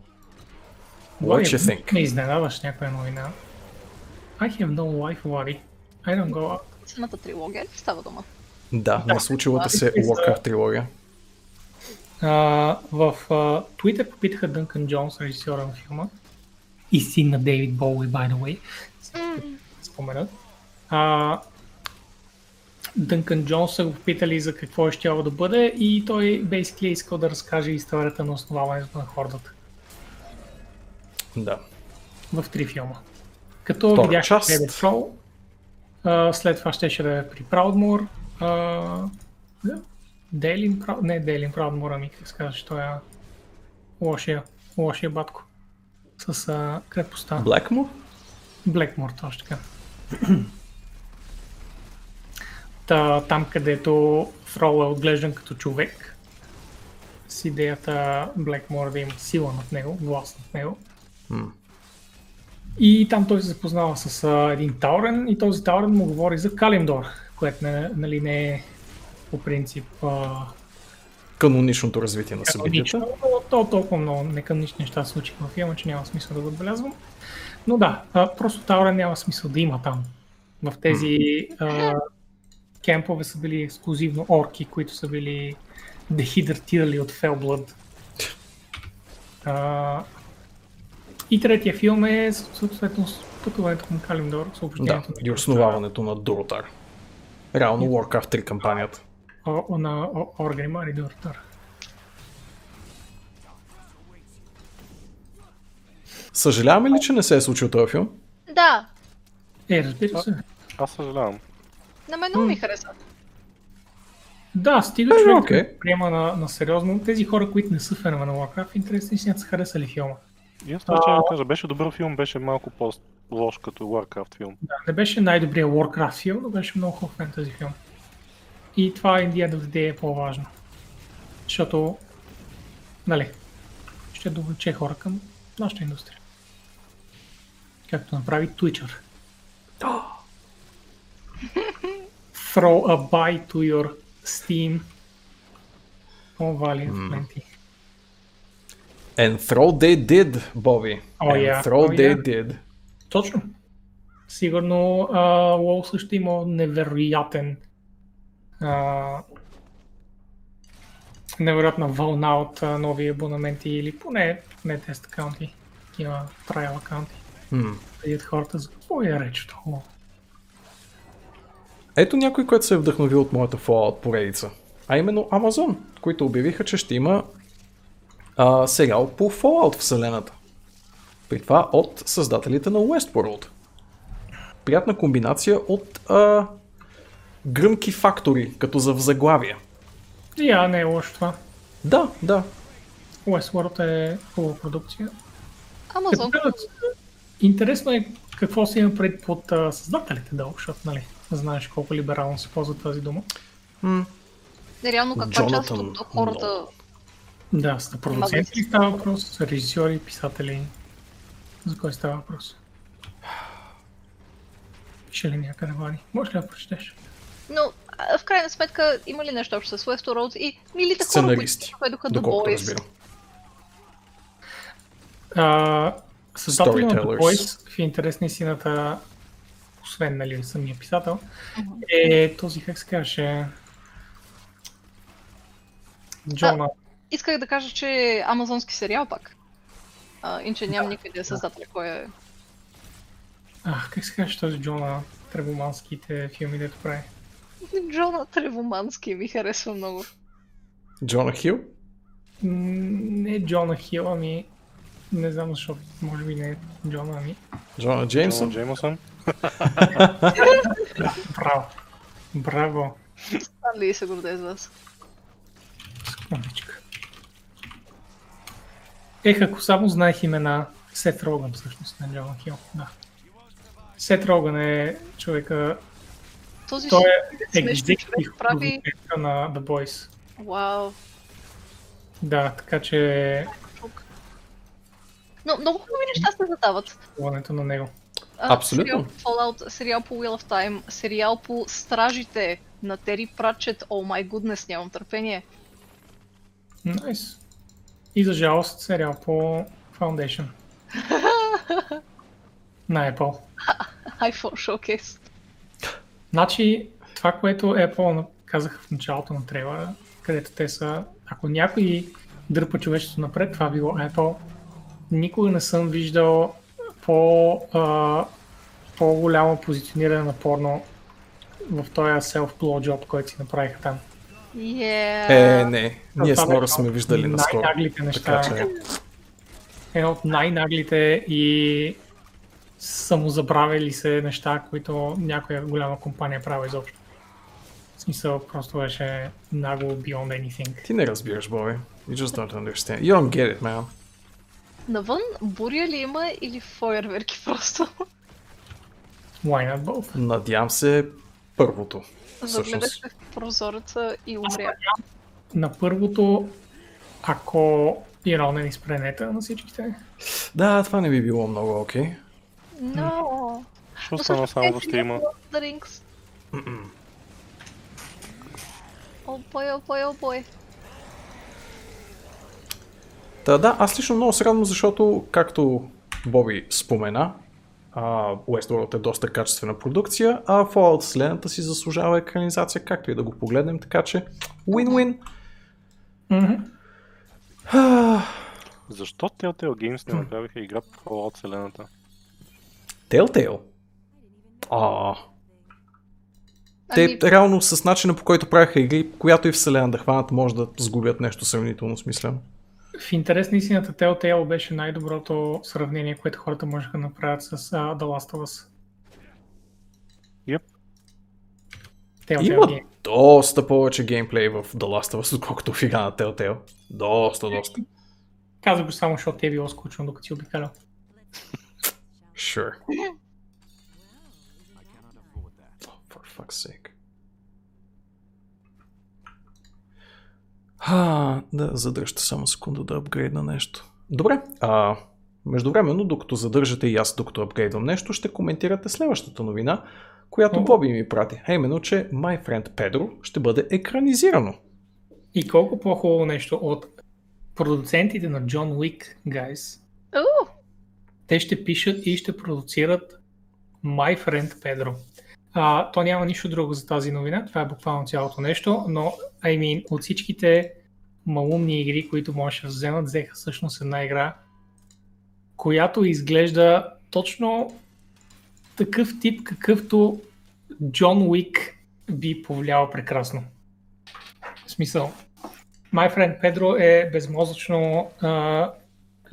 C: Влади,
A: you think?
C: Не изненадаш някоя новина. I have no life, Влади. I don't go out.
B: Цената трилогия ли става дума?
A: Да, на случилата
C: това
A: се
C: е за-
A: Warcraft трилогия.
C: А, в а, Twitter попитаха Дънкан Джонс, режисьора на филма. И син на Дейвид Боуи, by the way. Споменат. А, Дънкан Джонс са го попитали за какво е щяло да бъде и той basically е искал да разкаже историята на основаването на хордата
A: Да.
C: в три филма. Като
A: Втора
C: видях
A: част.
C: Rabbit Troll, а, след това щеше да е при Proudmoore, а, Дейлин Прав... Не, Дейлин Proudmoore, ами как се казваш, той е лошия, лошия батко. С а, крепостта.
A: Blackmore?
C: Блекмор, точно така. Та, там, където Фрол е отглеждан като човек, с идеята Блекмор да има сила над него, власт над него.
A: М.
C: И там той се запознава с а, един Таурен и този Таурен му говори за Калимдор, което не, нали, не е по принцип а,
A: Каноничното развитие на събитията.
C: канонично, но Ами, то толкова много неканонични неща се случиха във филма, че няма смисъл да го отбелязвам. Но да, а, просто Таурен няма смисъл да има там. В тези а, кемпове са били ексклюзивно орки, които са били дехидратирали от Фелблъд. А, и третия филм е съответно с пътуването към Калимдор,
A: Да,
C: съобщението
A: и основаването на Доротар. Реално Warcraft 3 кампанията.
C: О- о- на о- Оргримар и Дортар.
A: Съжаляваме ли, че не се е случил този филм?
B: Да,
C: Е, разбира се.
D: Аз съжалявам.
B: на мен много ми хареса.
C: Да, стига
A: Е,
C: човек
A: окей.
C: да приема на, на сериозно. Тези хора, които не са фенове на Warcraft, интересни си, са харесали филма.
D: И аз това ще да кажа, беше добър филм, беше малко по-лош като Warcraft филм.
C: Да, не беше най-добрият Warcraft филм, но беше много хубав фентези филм. И това in the end of the day е по-важно. Защото, нали, ще довлече хора към нашата индустрия. Както направи Twitcher. Throw a buy to your Steam. Oh, Valiant plenty.
A: And throw they did, Боби.
C: О,
A: And
C: я,
A: throw
C: о,
A: they
C: я.
A: did.
C: Точно. Сигурно а, WoW също има невероятен а, невероятна вълна от а, нови абонаменти или поне не тест акаунти, такива трайл акаунти.
A: М.
C: Видят хората за какво е реч това.
A: Ето някой, който се е вдъхновил от моята Fallout поредица. А именно Amazon, които обявиха, че ще има а, сериал по Fallout вселената. При това от създателите на Westworld. Приятна комбинация от а, гръмки фактори, като за в заглавие.
C: Я не е лошо това.
A: Да, да.
C: Westworld е хубава продукция.
B: Амазон.
C: Е, да, Интересно е какво си има пред под а, създателите, да, защото, нали, знаеш колко либерално се ползва тази дума.
A: М,
B: Не, реално каква част от
A: Джонатан
B: хората...
A: Нолан.
C: Да, за продуценти ли става въпрос, за режисьори, писатели? За кой става въпрос? Пише ли някъде, Вани? Може ли да прочетеш?
B: Но а, в крайна сметка има ли нещо общо с Westworld и милите хора, които
A: сценаристи.
B: доведоха до
A: Доколкото
B: Boys.
A: разбирам.
C: А, създателят на The
A: Storytellers.
C: Voice, в интерес на истината, освен нали, самия писател, е този, как се каже, Джона.
B: Исках да кажа, че е амазонски сериал пак. А, иначе нямам никъде създателя, кой е...
C: А, как се каже този Джона Требоманските филми, дето прави?
B: Джона Тревомански ми харесва много.
A: Джона Хил?
C: М, Не е Джона Хил, ами... Не знам защо, може би не е Джона, ами...
A: Джона
D: Джон
A: Джеймсън?
D: Джеймъсън.
C: Браво! Браво!
B: Стан ли се гордее с вас?
C: Секундичка. Ех, ако само знаех имена Сет Роган, всъщност, на Джона Хил. Да. Сет Роган е човека...
B: Този
C: Той е
B: смешен човек
C: екзекутив
B: прави...
C: продуцента на The Boys.
B: Вау,
C: Да, така че
B: чук. Но много хубави неща се задават.
C: плуването на него.
B: А,
A: Абсолютно.
B: Сериал по Fallout, сериал по Wheel of Time, сериал по Стражите на Тери Прачет. О май гуднес, нямам търпение.
C: Найс. И за жалост сериал по Foundation. на Apple.
B: iPhone Showcase.
C: Значи, това, което Apple на- казаха в началото на трейлера, където те са, ако някой дърпа човечеството напред, това било Apple. Никога не съм виждал по, а, по-голямо позициониране на порно в този self-blowjob, който си направиха там.
B: Yeah.
A: Е, не. Ние с
C: Това
A: Нора
C: беше
A: сме виждали наскоро.
C: Най-наглите
A: Така
C: неща.
A: че...
C: Едно Е, от най-наглите и самозабравили се неща, които някоя голяма компания прави изобщо. В смисъл, просто беше нагло beyond anything.
A: Ти не разбираш, Боби. You just don't understand. You don't get it, man.
B: Навън буря ли има или фойерверки просто?
C: Why not both?
A: Надявам се първото.
B: Загледах
A: Всъщност.
B: се в прозореца и умря.
C: На първото, ако Ирон не ни спре нета на всичките,
A: Да, това не би било много окей.
B: Но...
D: Ще остана само за стрима.
B: О, бой, о, бой, о, бой.
A: Та да, аз лично много се радвам, защото, както Боби спомена, а, Westworld е доста качествена продукция, а Fallout вселената си заслужава екранизация, както и да го погледнем, така че win-win.
C: мгм,
D: Защо Telltale Games не направиха игра по Fallout вселената?
A: Telltale. А,
B: Ами,
A: те реално с начина по който правиха игри, която и вселена да хванат, може да сгубят нещо сравнително смислено.
C: В интерес на истината, Telltale беше най-доброто сравнение, което хората можеха да направят с а, The Last of Us.
D: Yep.
C: Telltale е.
A: Има
C: Game.
A: доста повече геймплей в The Last of Us, отколкото в игра на Telltale. Доста, доста.
C: Каза го само, защото ти е било скучно, докато си обикалял.
A: Sure. Oh, for fuck's sake. А, да, задръжте само секунда да апгрейдна нещо. Добре, а, междувременно, докато задържате и аз, докато апгрейдвам нещо, ще коментирате следващата новина, която
C: О.
A: Боби ми прати, а именно, че My Friend Pedro ще бъде екранизирано.
C: И колко по-хубаво нещо от продуцентите на Джон Уик, guys.
B: Уу,
C: Те ще пишат и ще продуцират My Friend Pedro. А, то няма нищо друго за тази новина, това е буквално цялото нещо, но I mean, от всичките малумни игри, които можеше да вземат, взеха всъщност една игра, която изглежда точно такъв тип, какъвто Джон Уик би повлиял прекрасно. В смисъл, My Friend Pedro е безмозъчно а,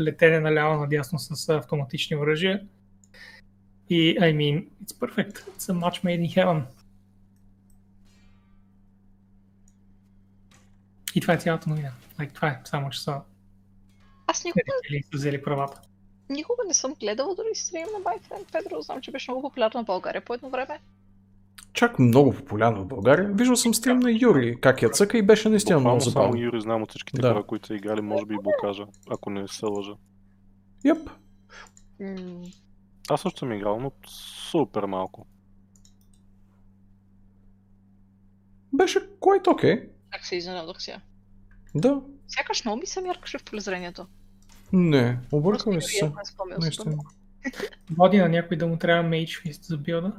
C: летене наляво надясно с автоматични оръжия. И, I mean, it's perfect. It's a match made in heaven. И това е цялата новина. Like, това е, само че са
B: аз никога,
C: редители са взели правата.
B: никога не съм гледала дори стрим на My Friend Pedro, знам, че беше много популярна в България по едно време.
A: Чак много популярно в България. Виждал съм стрим на Юри, как я цъка и беше наистина много
D: Буквално само
A: забавно.
D: Юри знам от всичките
A: Да.
D: хора, които са играли, може би и блокажа, ако не се лъжа.
A: Йоп.
B: М,
D: Аз също съм играл, но супер малко.
A: Беше quite okay.
B: Как се изненадах сега.
A: Да.
B: Сякаш много ми се мяркаше в полезрението.
A: Не,
B: Просто
A: объркал ми
B: не
A: си
B: бях
A: се.
B: спомнял за
A: Наистина.
B: това.
C: Води на някой да му трябва Mage Fist за билда.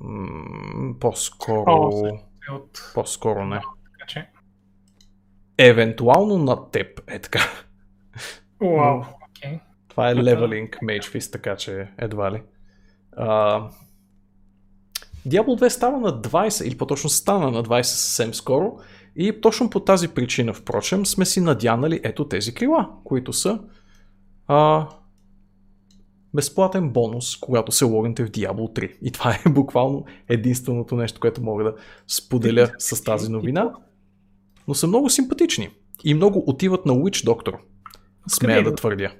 A: М,
C: О,
A: По-скоро...
C: Е От...
A: По-скоро не.
C: Така че...
A: Евентуално на теб е така.
C: Уау,
A: М.
C: окей. Okay.
A: Това е левелинг Mage Fist, така че едва ли. А, Diablo 2 става на 20, или по-точно стана на 20 съвсем скоро. И точно по тази причина, впрочем, сме си надянали ето тези крила, които са а, безплатен бонус, когато се логнете в Diablo 3. И това е буквално единственото нещо, което мога да споделя с тази новина. Но са много симпатични и много отиват на Witch Doctor. Смея
C: Къде
A: да
C: идват?
A: твърдя.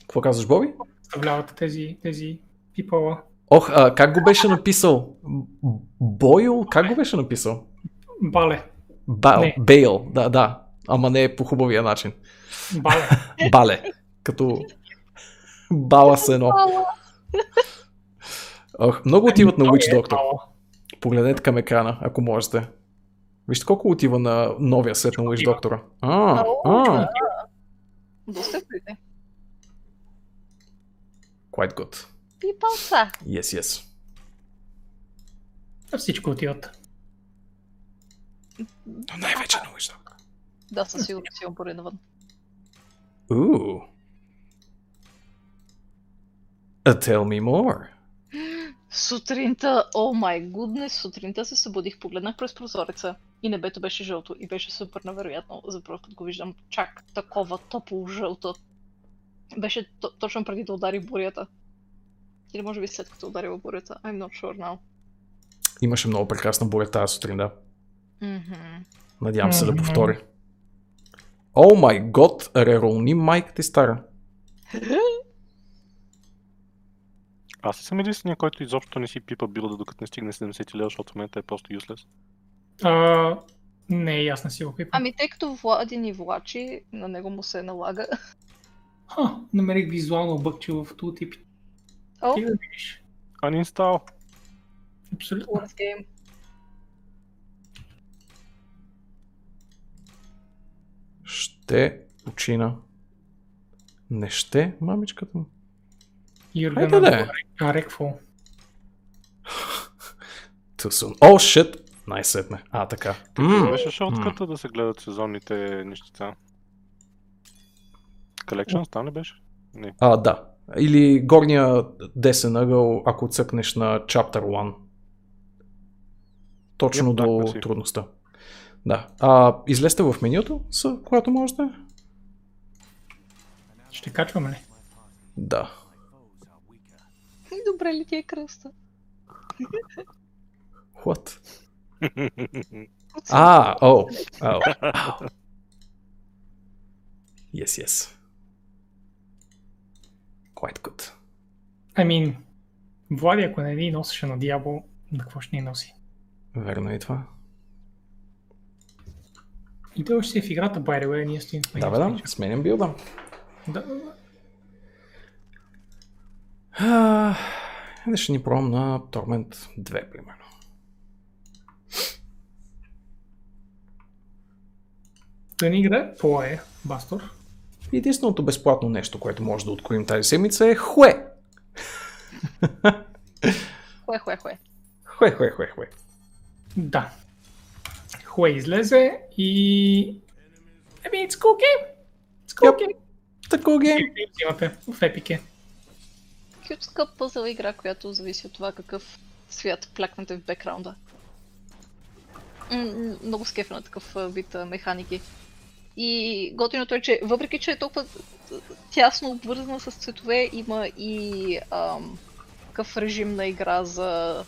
A: Какво казваш, Боби?
C: Представлявате тези, тези пипала.
A: Ох, а, как го беше написал? Б- Бойл? Как го беше написал?
C: Бале.
A: Бал,
C: Не.
A: Бейл, да, да. Ама не е по хубавия начин.
C: Бале.
A: Бале. Като бала с едно. Ох, много отиват на
C: Той
A: Witch
C: е
A: Doctor.
C: бала.
A: Погледнете към екрана, ако можете. Вижте колко отива на новия свет на Witch Doctor. А, а,
B: Доста е
A: quite good.
B: Пипалца.
A: Yes, yes.
C: Всичко отиват.
A: Но най-вече на Witch Doctor.
B: Да, със сигурност имам пари навън.
A: Ooh. Uh, tell me more.
B: Сутринта, о май гуднес, сутринта се събудих, погледнах през прозореца и небето беше жълто и беше супер невероятно. За първ път го виждам чак такова топло жълто. Беше то- точно преди да удари бурята. Или може би след като ударила бурята. I'm not sure now.
A: Имаше много прекрасна буря тази сутрин, да.
B: Мгм.
A: Надявам се да
C: Мгм.
A: повтори. О май гот, реролни майка ти стара.
D: Аз ли съм единствения, който изобщо не си пипа билда, докато не стигне 70 лева, защото в момента е просто useless.
C: А, не, е и аз не си го пипам.
B: Ами тъй като Влади ни влачи, на него му се налага.
C: Ха, намерих визуално бъкче в тултип.
B: О,
C: Ти да видиш.
D: Uninstall.
C: Абсолютно.
B: Worst Game.
A: Ще почина. Не ще, мамичката му.
C: Юрген
A: Хайде да е.
C: А, Рекфол.
A: Too soon. О, shit! Най-сетне. А, така.
D: Това
A: М,
D: Беше шортката да се гледат сезонните нещица. Collections там ли беше? Не.
A: А, да. Или горния десен ъгъл, ако цъкнеш на Chapter 1. Точно
D: Yep, да,
A: до
D: спасибо.
A: трудността. Да. А, излезте в менюто, с когато можете.
C: Ще качваме ли?
A: Да.
B: Ами, Добре ли ти е кръста?
A: What? Ah, oh, oh, ow. Yes, yes. Quite good.
C: I mean, Влади, ако не ни носеше на дявол, на какво ще ни носи?
A: Верно е и това.
C: И той още си е в играта, by the way, ние стоим.
A: Да, бе, да, сменям билда.
C: да. да.
A: А, Хайде ще ни пробвам на Torment 2, примерно.
C: Той ни играе по-е, Бастор.
A: Единственото безплатно нещо, което може да откроим тази седмица е хуе.
B: Хуе, хуе, хуе.
A: Хуе, хуе, хуе, хуе.
C: Да. Хуе излезе и... Еми, it's cool game. It's cool
A: Yep.
C: game.
A: Такова гейм.
C: Какви games имате в Epic.
B: Кютска пъзел игра, която зависи от това какъв свят плякнете в бекграунда. М, м, Много скефа на такъв а, вид а, механики. И готиното е, че въпреки, че е толкова а, тясно обвързана с цветове, има и ам, такъв режим на игра за...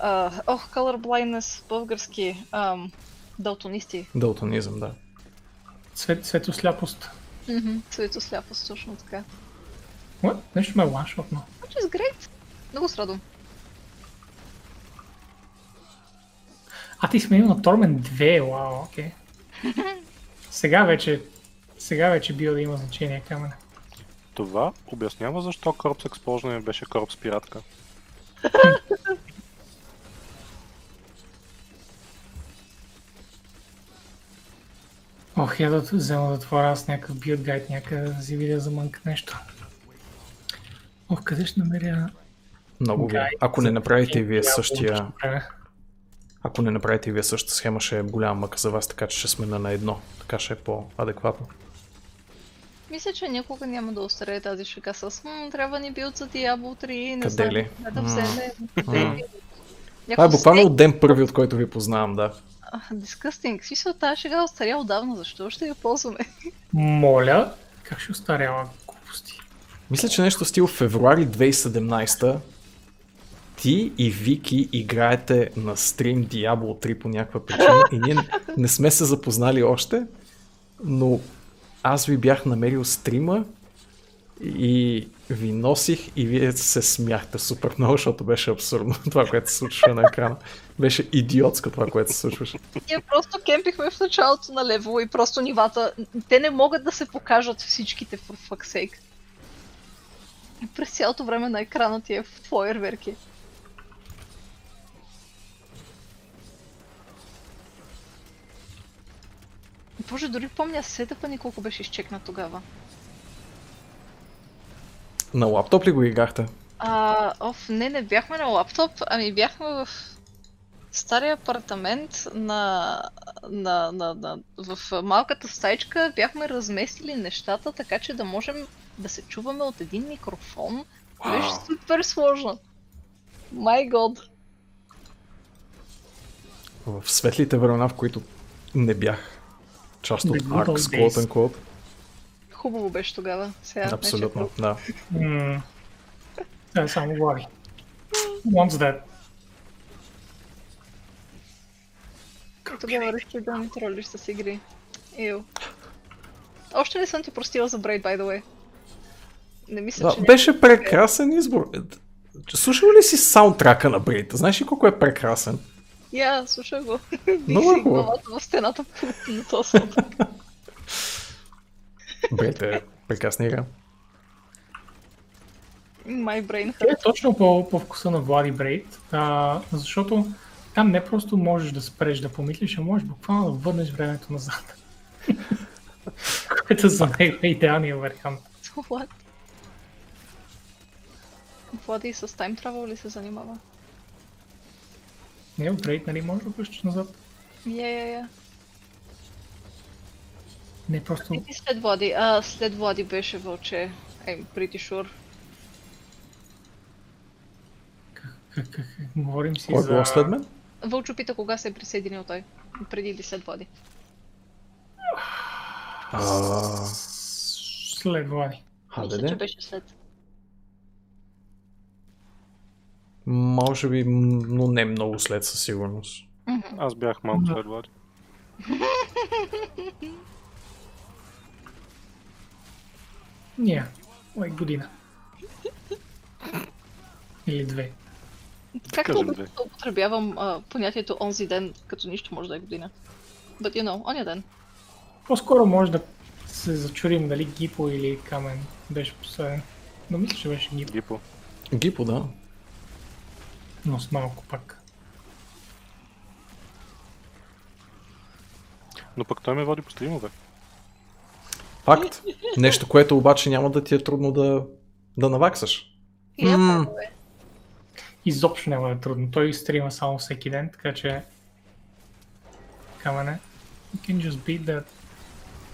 B: а, Ох, colorblindness, български. Ам, далтонисти.
A: Далтонизъм, да.
C: Свет, светосляпост.
B: Мгм, Цветосляпост, точно така.
C: What? Нещо ме е ланшотно.
B: Which is great. Много се радвам.
C: А ти сменил на Torment 2, вау, окей. Сега вече, сега вече бил да има значение камъне.
D: Това обяснява защо Corpse Explosion не беше Corpse пиратка.
C: Ох, я да т- взема да отворя аз някакъв билд гайд някъде да си видя за мънк нещо. Ох, къде ще намеря...
A: Много ви. е.
C: гайд
A: Ако не
C: за
A: направите и вие
C: Diablo
A: същия,
C: по време?
A: ако не направите и вие същата схема, ще е голяма мъка за вас, така че ще сме на на едно. Така ще е по-адекватно.
B: Мисля, че никога няма да остарее тази шега с «М, трябва ни билд за Diablo 3, не
A: Къде
B: знам
A: ли?
B: къде да
A: М.
B: вземе.
A: М. Това е буквално от ден първи, от който ви познавам, да.
B: Дискъстинг. Смисъл, тази шега остаря отдавна, защо ще я ползваме?
C: Моля, как ще остарява глупости?
A: Мисля, че нещо в стил февруари 2017 ти и Вики играете на стрим Diablo 3 по някаква причина и ние не сме се запознали още, но аз ви бях намерил стрима и ви носих и вие се смяхте супер много, защото беше абсурдно това, което се случваше на екрана. Беше идиотско това, което се случваше.
B: Ние просто кемпихме в началото на левел и просто нивата... Те не могат да се покажат всичките, for fuck's sake. И През цялото време на екрана ти е фойерверки. Боже, дори помня сетъпа ни колко беше изчекнат тогава.
A: На лаптоп ли го играхте?
B: А, оф, не, не бяхме на лаптоп, ами бяхме в стария апартамент на, на, на, на, в малката стайчка. Бяхме разместили нещата, така че да можем да се чуваме от един микрофон. Беше
A: Вау.
B: супер сложно. My god.
A: В светлите времена, в които не бях част от
C: The good
A: Ark,
C: old
A: quote
C: days.
A: unquote.
B: Хубаво беше тогава. Сега вече е
A: Абсолютно,
B: друг.
A: да.
C: М, Това е само Влади. Wants that.
B: Тогава реши да ми тролиш с игри. Ил. Още не съм ти простила за Braid, by the way. Не мисля,
A: Да,
B: че... някой-
A: беше прекрасен избор. Е, д- Слушал ли си саундтрака на Брейта? Знаеш ли колко е прекрасен?
B: Я, слушай го.
A: Много
B: Много
A: е
B: си
A: хубаво.
B: главата в стената на този сон.
A: Брейт е прекрасна игра.
B: My brain
C: Тя е
B: hurt.
C: точно по, по вкуса на Влади Брейд, а, защото там не просто можеш да спреш да помислиш, а можеш буквално да върнеш времето назад. Което за него е идеалният вариант.
B: What? Влади с time travel ли се занимава?
C: Не, Брейд, нали можеш да връщаш назад?
B: Я, я, я.
C: Не, просто...
B: И след Влади. А, след Влади беше вълче. I'm pretty sure.
C: Как, как, как, говорим си
A: Кой е
C: за...
A: било след мен?
B: Вълчо пита кога се е присъединил той. Преди или след Влади.
A: А,
C: След Влади.
A: а, да,
B: Мисля, че
A: да.
B: беше след.
A: Може би, м- но не много след със сигурност.
D: Аз бях малко след Влади.
C: Ня. Ой, година. Или две.
B: Както
D: кажем,
B: обичам да употребявам а, понятието онзи ден, като нищо може да е година. But you know, оня ден.
C: По-скоро може да се зачурим дали Гипо или Камен беше последен. Но мисля, че беше Гипо,
D: Гипо.
A: Гипо, да.
C: но с малко пак.
D: Но пък той ме води по стримове.
A: Факт. Нещо, което обаче няма да ти е трудно да, да наваксаш.
B: И е
A: М.
B: право, бе.
C: Изобщо няма да е трудно. Той стрима само всеки ден, така че... Камене. You can just beat that.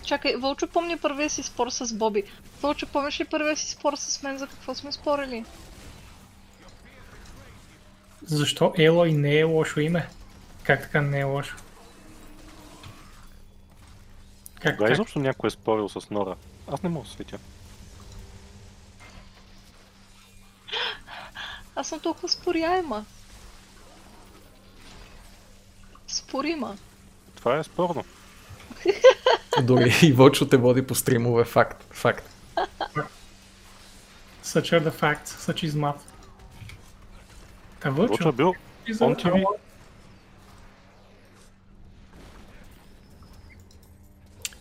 B: Чакай, Вълчо помни първия си спор с Боби. Вълчо, помниш ли първия си спор с мен? За какво сме спорили?
C: Защо Елой не е лошо име? Как така не е лошо? Как,
D: Кога
C: как?
D: изобщо някой е спорил с Нора? Аз не мога да се сетя.
B: Аз съм толкова споряема. Спорима.
D: Това е спорно.
A: Дори и Вочо те води по стримове. Факт. Факт.
C: Such are the facts, such is math. Та
D: Вълчо е
C: Вълчо,
D: бил
C: ти за- Ами,
D: он TV.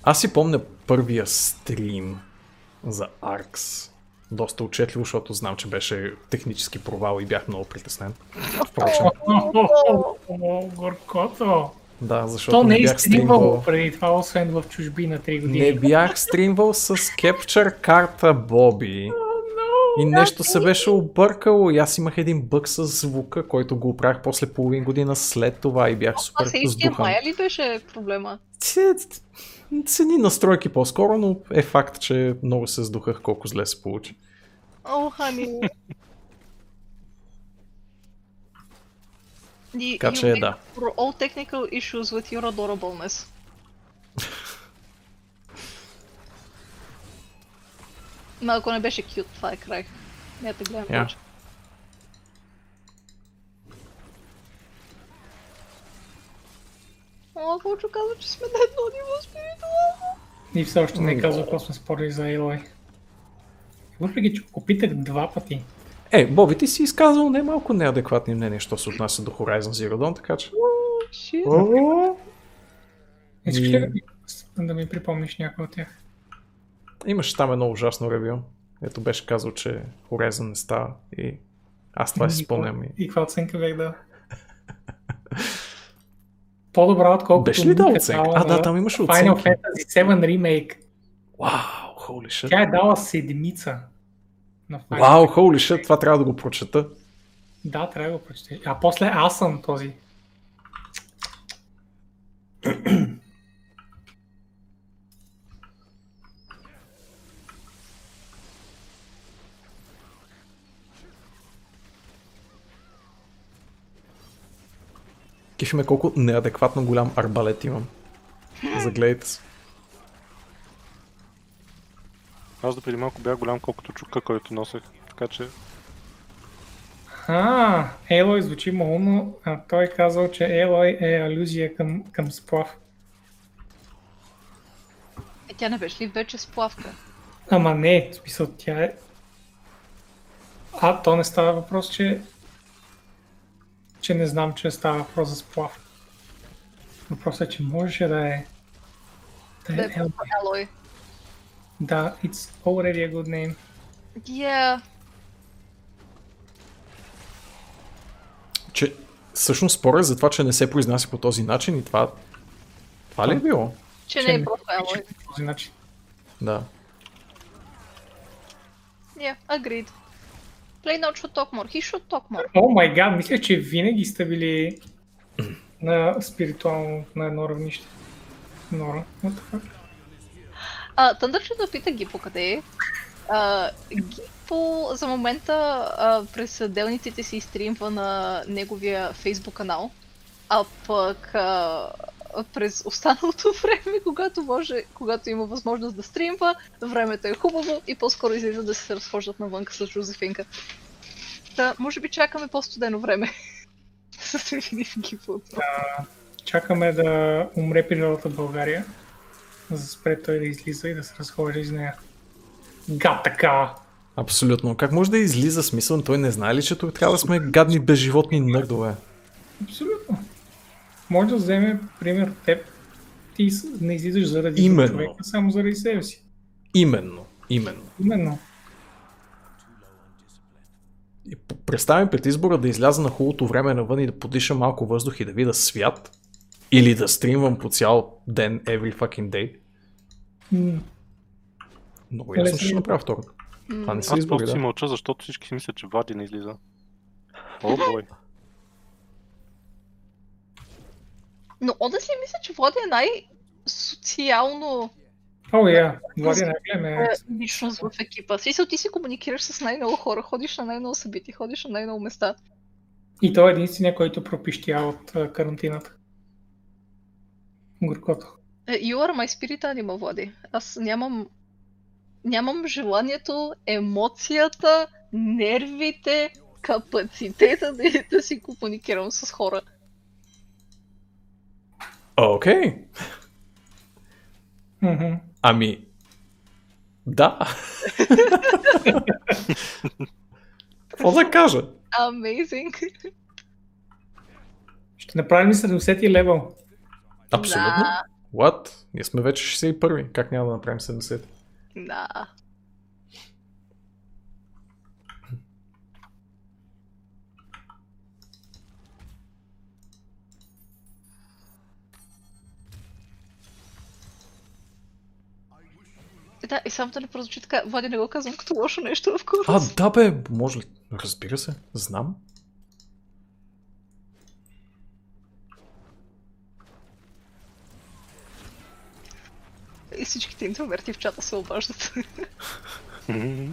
A: Аз си помня първия стрим за Аркс. Доста отчетливо, защото знам, че беше технически провал и бях много притеснен. Впрочем,
C: О, горкото!
A: да, защото
C: То не е
A: бях
C: изтримвало
A: стримвал.
C: преди това, освен в чужбина 3 години.
A: Не бях стримвал с Capture карта Боби. И нещо се беше объркало и аз имах един бък с звука, който го оправях после половин година след това и бях
B: Това
A: супер
B: се
A: сдухан.
B: мая ли беше проблема?
A: Цени настройки по-скоро, но е факт, че много се сдухах колко зле се получи.
B: О, хани. И,
A: Така че, да.
B: For all technical issues with your adorableness. Ма ако не беше кют, това е край. Не те гледам
A: Я.
B: повече. О, Вълчо каза, че сме на едно ниво спиритуално.
C: И все още не
A: Да.
C: казва какво сме спорили за Елой. Въпреки, че опитах два пъти.
A: Е, Боби, ти си изказал не малко неадекватни мнения, що се отнася до Horizon Zero Dawn, така че...
B: Shit.
C: Искаш ли
A: И-
C: да ми- да ми припомниш някой от тях?
A: Имаше там едно ужасно ревю. Ето беше казал, че Horizon не става и аз това си
C: И какво-
A: спомням и...
C: И каква оценка бях да? По-добра отколкото...
A: Беше ли дал
C: Ника
A: оценка?
C: дала
A: А, да,
C: на
A: там е имаше
C: Final
A: оценки.
C: Fantasy 7 Remake.
A: Вау, holy shit.
C: Тя е дала седмица. На Final
A: Вау,
C: Fantasy.
A: holy shit, това трябва да го прочета.
C: Да, трябва да го прочете. А после аз съм този.
A: Кефи ме колко неадекватно голям арбалет имам. Загледайте се.
D: Аз до преди малко бях голям колкото чука, който носех. Така че
C: А, Елой звучи му умно, а той е казал, че Елой е алюзия към, към сплав.
B: Е, тя не беше ли вече сплавка?
C: Ама не, в смисъл тя е... А, то не става въпрос, че... Че не знам, че става въпрос за сплав. Въпросът е, че можеше да е... Да
B: Да
C: е
B: е
C: Елой.
B: Алой.
C: Да, it's already a good name.
B: Yeah.
A: Че всъщност споря за това, че не се произнася по този начин и това... Това ли е било?
B: Че
C: Че
B: не
C: не-
B: е просто Алой.
C: По този начин.
A: Да.
B: Yeah, agreed. Play not should talk more. He should talk more.
C: О май гад, мисля, че винаги сте били на спиритуално на едно равнище. Нора, what the fuck?
B: А, Тъндърчето пита Гипо къде е. А, Гипо за момента а, през делниците си изтримва на неговия фейсбук канал. А пък а, през останалото време, когато може, когато има възможност да стримва, времето е хубаво и по-скоро излиза да се разхождат навънка с Жозефинка. Да, може би чакаме по-студено време. С да видим какво.
C: Чакаме да умре природата в България, за да спре той да излиза и да се разхожда из нея. Га така!
A: Абсолютно. Как може да излиза смисъл? Той не знае ли, че тук трябва да сме гадни безживотни нърдове?
C: Абсолютно. Може да вземе пример от теб. Ти с- не излизаш заради друг
A: Именно.
C: човек, а само заради себе си.
A: Именно. Именно.
C: Именно.
A: И п- представям пред избора да изляза на хубавото време навън и да подиша малко въздух и да видя свят. Или да стримвам по цял ден, every fucking day.
C: М,
A: Много ясно ще
C: Лесно.
A: направя второто. Това не са
D: Е, Аз
A: избори,
D: просто си
A: да.
D: мълча, защото всички си мислят, че Влади не излиза. О, бой.
B: Но honestly мисля, че Влади е най- социално
C: О, я. Влади най-голям е.
B: е, личност в екипа. Смисъл, ти си комуникираш с най-много хора, ходиш на най-много събития, ходиш на най-много места.
C: И той е единствения, който пропищя от а, карантината. Горкото.
B: Е, You are my spirit animal, Влади. Аз нямам... Нямам желанието, емоцията, нервите, капацитета да, да си комуникирам с хора.
A: Окей.
C: Мгм.
A: Ами... Да. Какво да кажа?
B: Amazing!
C: Ще направим ли 70-ти левел.
A: Абсолютно.
B: Да,
A: What? Ние сме вече 61-и. Как няма да направим 70?
B: да. Да, и само да не прозвучи така, Влади не го казвам като лошо нещо в курс.
A: А, да бе, може ли? Разбира се, знам.
B: И всичките интроверти в чата се обаждат.
D: Мгм.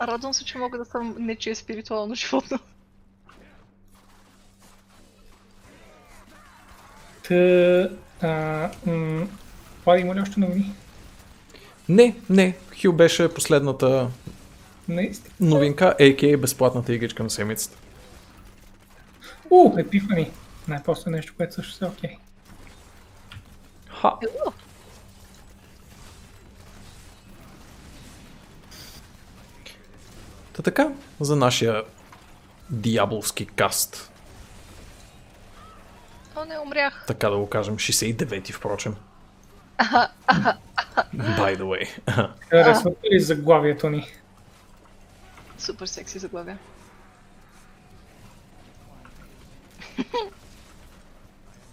B: Радвам се, че мога да съм нечие спиритуално животно.
C: Та, а, м, Влади, има ли още новини?
A: Не, не, Хю беше последната
C: Наистина.
A: новинка, a.k.a. безплатната игричка на седмицата.
C: У, епифани. Най-после нещо, което също се е окей.
A: Ха,
B: Ело,
A: та така, за нашия дяволски каст,
B: О, не умрях.
A: така да го кажем, 69-ти впрочем. By the way.
C: Харесвате ли заглавието ни?
B: Супер секси заглавия.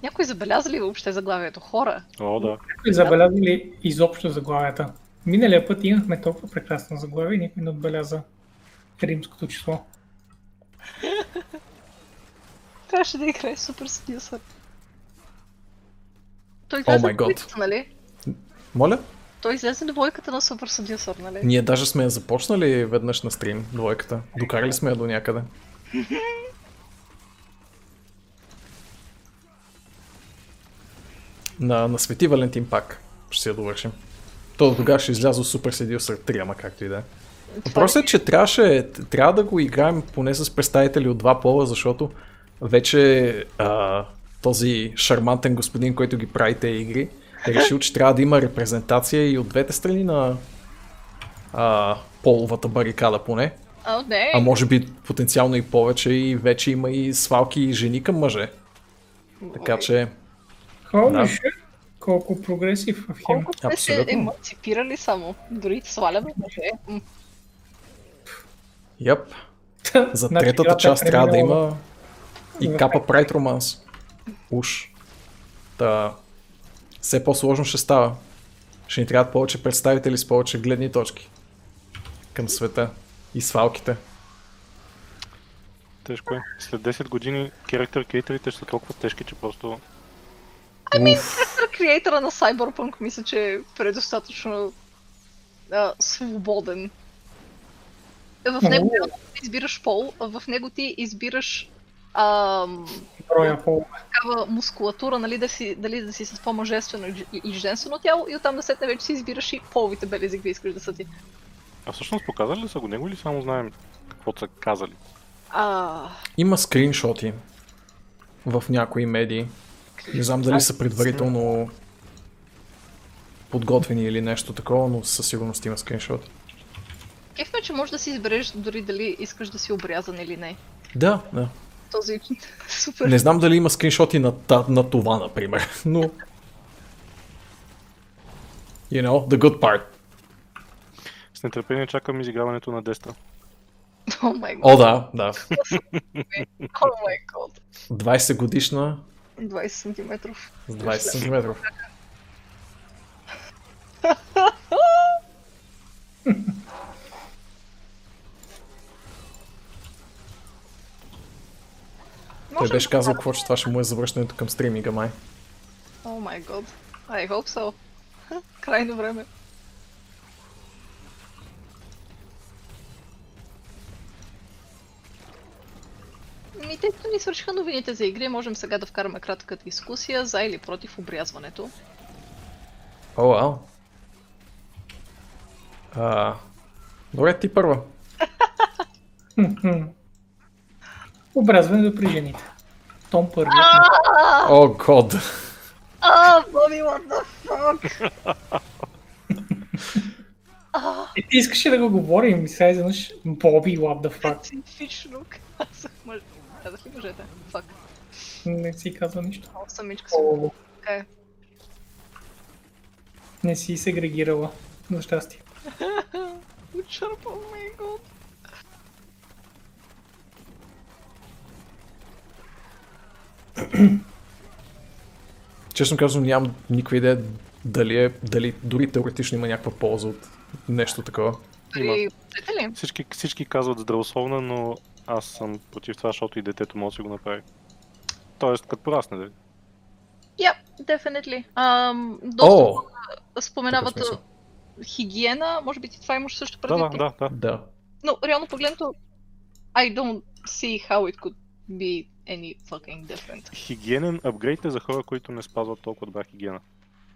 B: Някой забеляза ли въобще заглавието? Хора?
D: О, да.
C: Някой Забеляза ли изобщо заглавията? Миналия път имахме толкова прекрасно заглавие и никой не отбеляза римското число.
B: Трябваше да играе Супер Сидисър. Той
A: О,
B: излезе
A: май
B: на
A: год.
B: двойката, нали?
A: Моля?
B: Той излезе на двойката на Супер Сидисър, нали?
A: Ние даже сме я започнали веднъж на стрим, двойката. Докарали сме я до някъде. На, на Свети Валентин пак ще си я довършим. То до тогава ще излязо супер седил сред три, ама както и да е. Въпросът е, че трябваше, трябва да го играем поне с представители от два пола, защото вече а, този шармантен господин, който ги прави тези игри, е решил, че трябва да има репрезентация и от двете страни на а, половата барикада поне.
B: А, не.
A: А може би потенциално и повече и вече има и свалки и жени към мъже. Така че Да.
C: Holy shit, колко прогресив в хим.
B: Колко сме се
A: Абсолютно.
B: емансипирали само. Дори сваляме мъже. М,
A: Yep. За
C: Значи
A: третата
C: играта е
A: част трябва да
C: преминала
A: има и
C: в-
A: капа прайд романс. Уж. Та, все по-сложно ще става. Ще ни трябват повече представители с повече гледни точки към света и свалките.
D: Тежко е. След 10 години керактер кейтерите ще са толкова тежки, че просто...
B: Мистер Креатора на Cyberpunk мисля, че е предостатъчно а, свободен. Е, В него
C: Уу.
B: ти избираш пол, в него ти избираш ам,
C: Броя по
B: такава мускулатура, нали, да си, дали да си с по-мъжествено и- и женствено тяло и оттам да сетне вече си избираш и половите белези, какви искаш да са ти.
D: А всъщност показали ли са го него или само знаем какво са казали?
B: А,
A: Има скриншоти в някои медии. Не знам дали са предварително подготвени или нещо такова, но със сигурност има скриншот.
B: кеф ме, че можеш да си избереш дори дали искаш да си обрязан или не.
A: Да, да.
B: Този супер.
A: Не знам дали има скриншоти на, та- на това, например, но... You know, the good part.
D: С нетърпение чакам изиграването на Деста.
B: О май год.
A: О, да, да.
B: О май год.
A: 20 годишна
B: 20 см.
A: с 20 см. Той беше казал какво, че това ще му е завръщането към стриминга, май.
B: О май год. Oh I hope so. Ха, Крайно време. Ми, тъй като ни свършиха новините за игри, можем сега да вкараме кратка дискусия за или против обрязването.
A: О, вау. А, Добре, ти първа.
C: Мгм. Образването при жените. Том първи.
A: О, год.
B: А, Боби, what the fuck?
C: Е, ти искаше да го говорим и сега изведнъж Боби, what the fuck.
B: Специфично казах мъж... Казах ли мъжете? Фак.
C: Не си казва нищо.
B: О, самичка си.
C: О,
B: Така е.
C: Не си сегрегирала. За щастие.
B: Учърпал, май год.
A: Честно казвам, нямам никаква идея дали, е, дали дори теоретично има някаква полза от нещо такова.
B: При... Дете Е, ли?
D: Всички, всички казват здравословна, но аз съм против това, защото и детето може да си го направи. Тоест, като порасне, нали? да.
B: Yep, definitely. Ам, доста
A: О,
B: споменават
A: такъв смисъл.
B: а, хигиена, може би ти това имаш също
D: Да,
B: преди.
D: да, да, да.
A: да.
B: Но реално погледнато, I don't see how it could be any fucking different.
D: Хигиенен апгрейд е за хора, които не спазват толкова добра хигиена.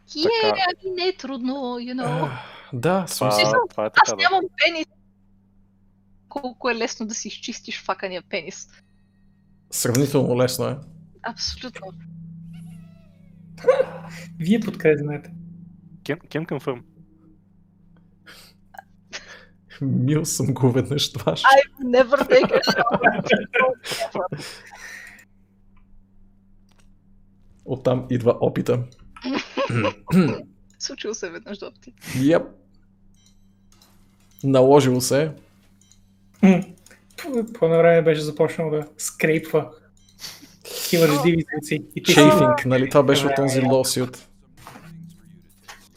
B: Yeah, ами не е трудно, you know.
A: Ах, Да,
D: Това,
A: смисъл.
D: това е
B: Аз
D: така, да.
B: нямам пенис. Колко е лесно да си изчистиш факания пенис.
A: Сравнително лесно е.
B: Абсолютно.
C: Вие подкрепнете.
D: Can, can confirm.
A: Мил съм го веднъж това. ще-
B: I've never taken a shower.
A: Оттам идва опита.
B: Случило се веднъж до ти.
A: Йеп. Наложило се. е.
C: М. По- По едно време беше започнал да скрейпва. Такива реждиви звуци. И ти си
A: Чейфинг, нали? Това беше от този лосиот.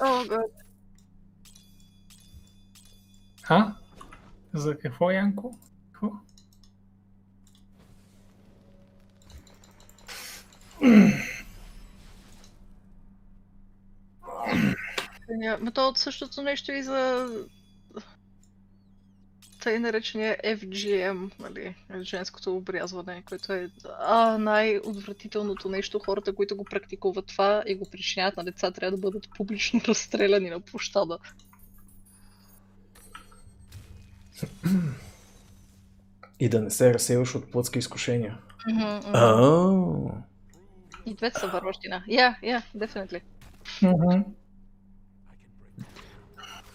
B: О, гад.
C: А? За какво, Янко? Какво?
B: Ма то е от същото нещо и за тъй наречения FGM, нали, женското обрязване, което е а, най-отвратителното нещо. Хората, които го практикуват това и го причиняват на деца, трябва да бъдат публично разстреляни на площада.
A: И да не се разсейваш от плътски изкушения.
B: Uh.
A: А.
B: И двете са върващина. Я, я, definitely.
C: Мгм.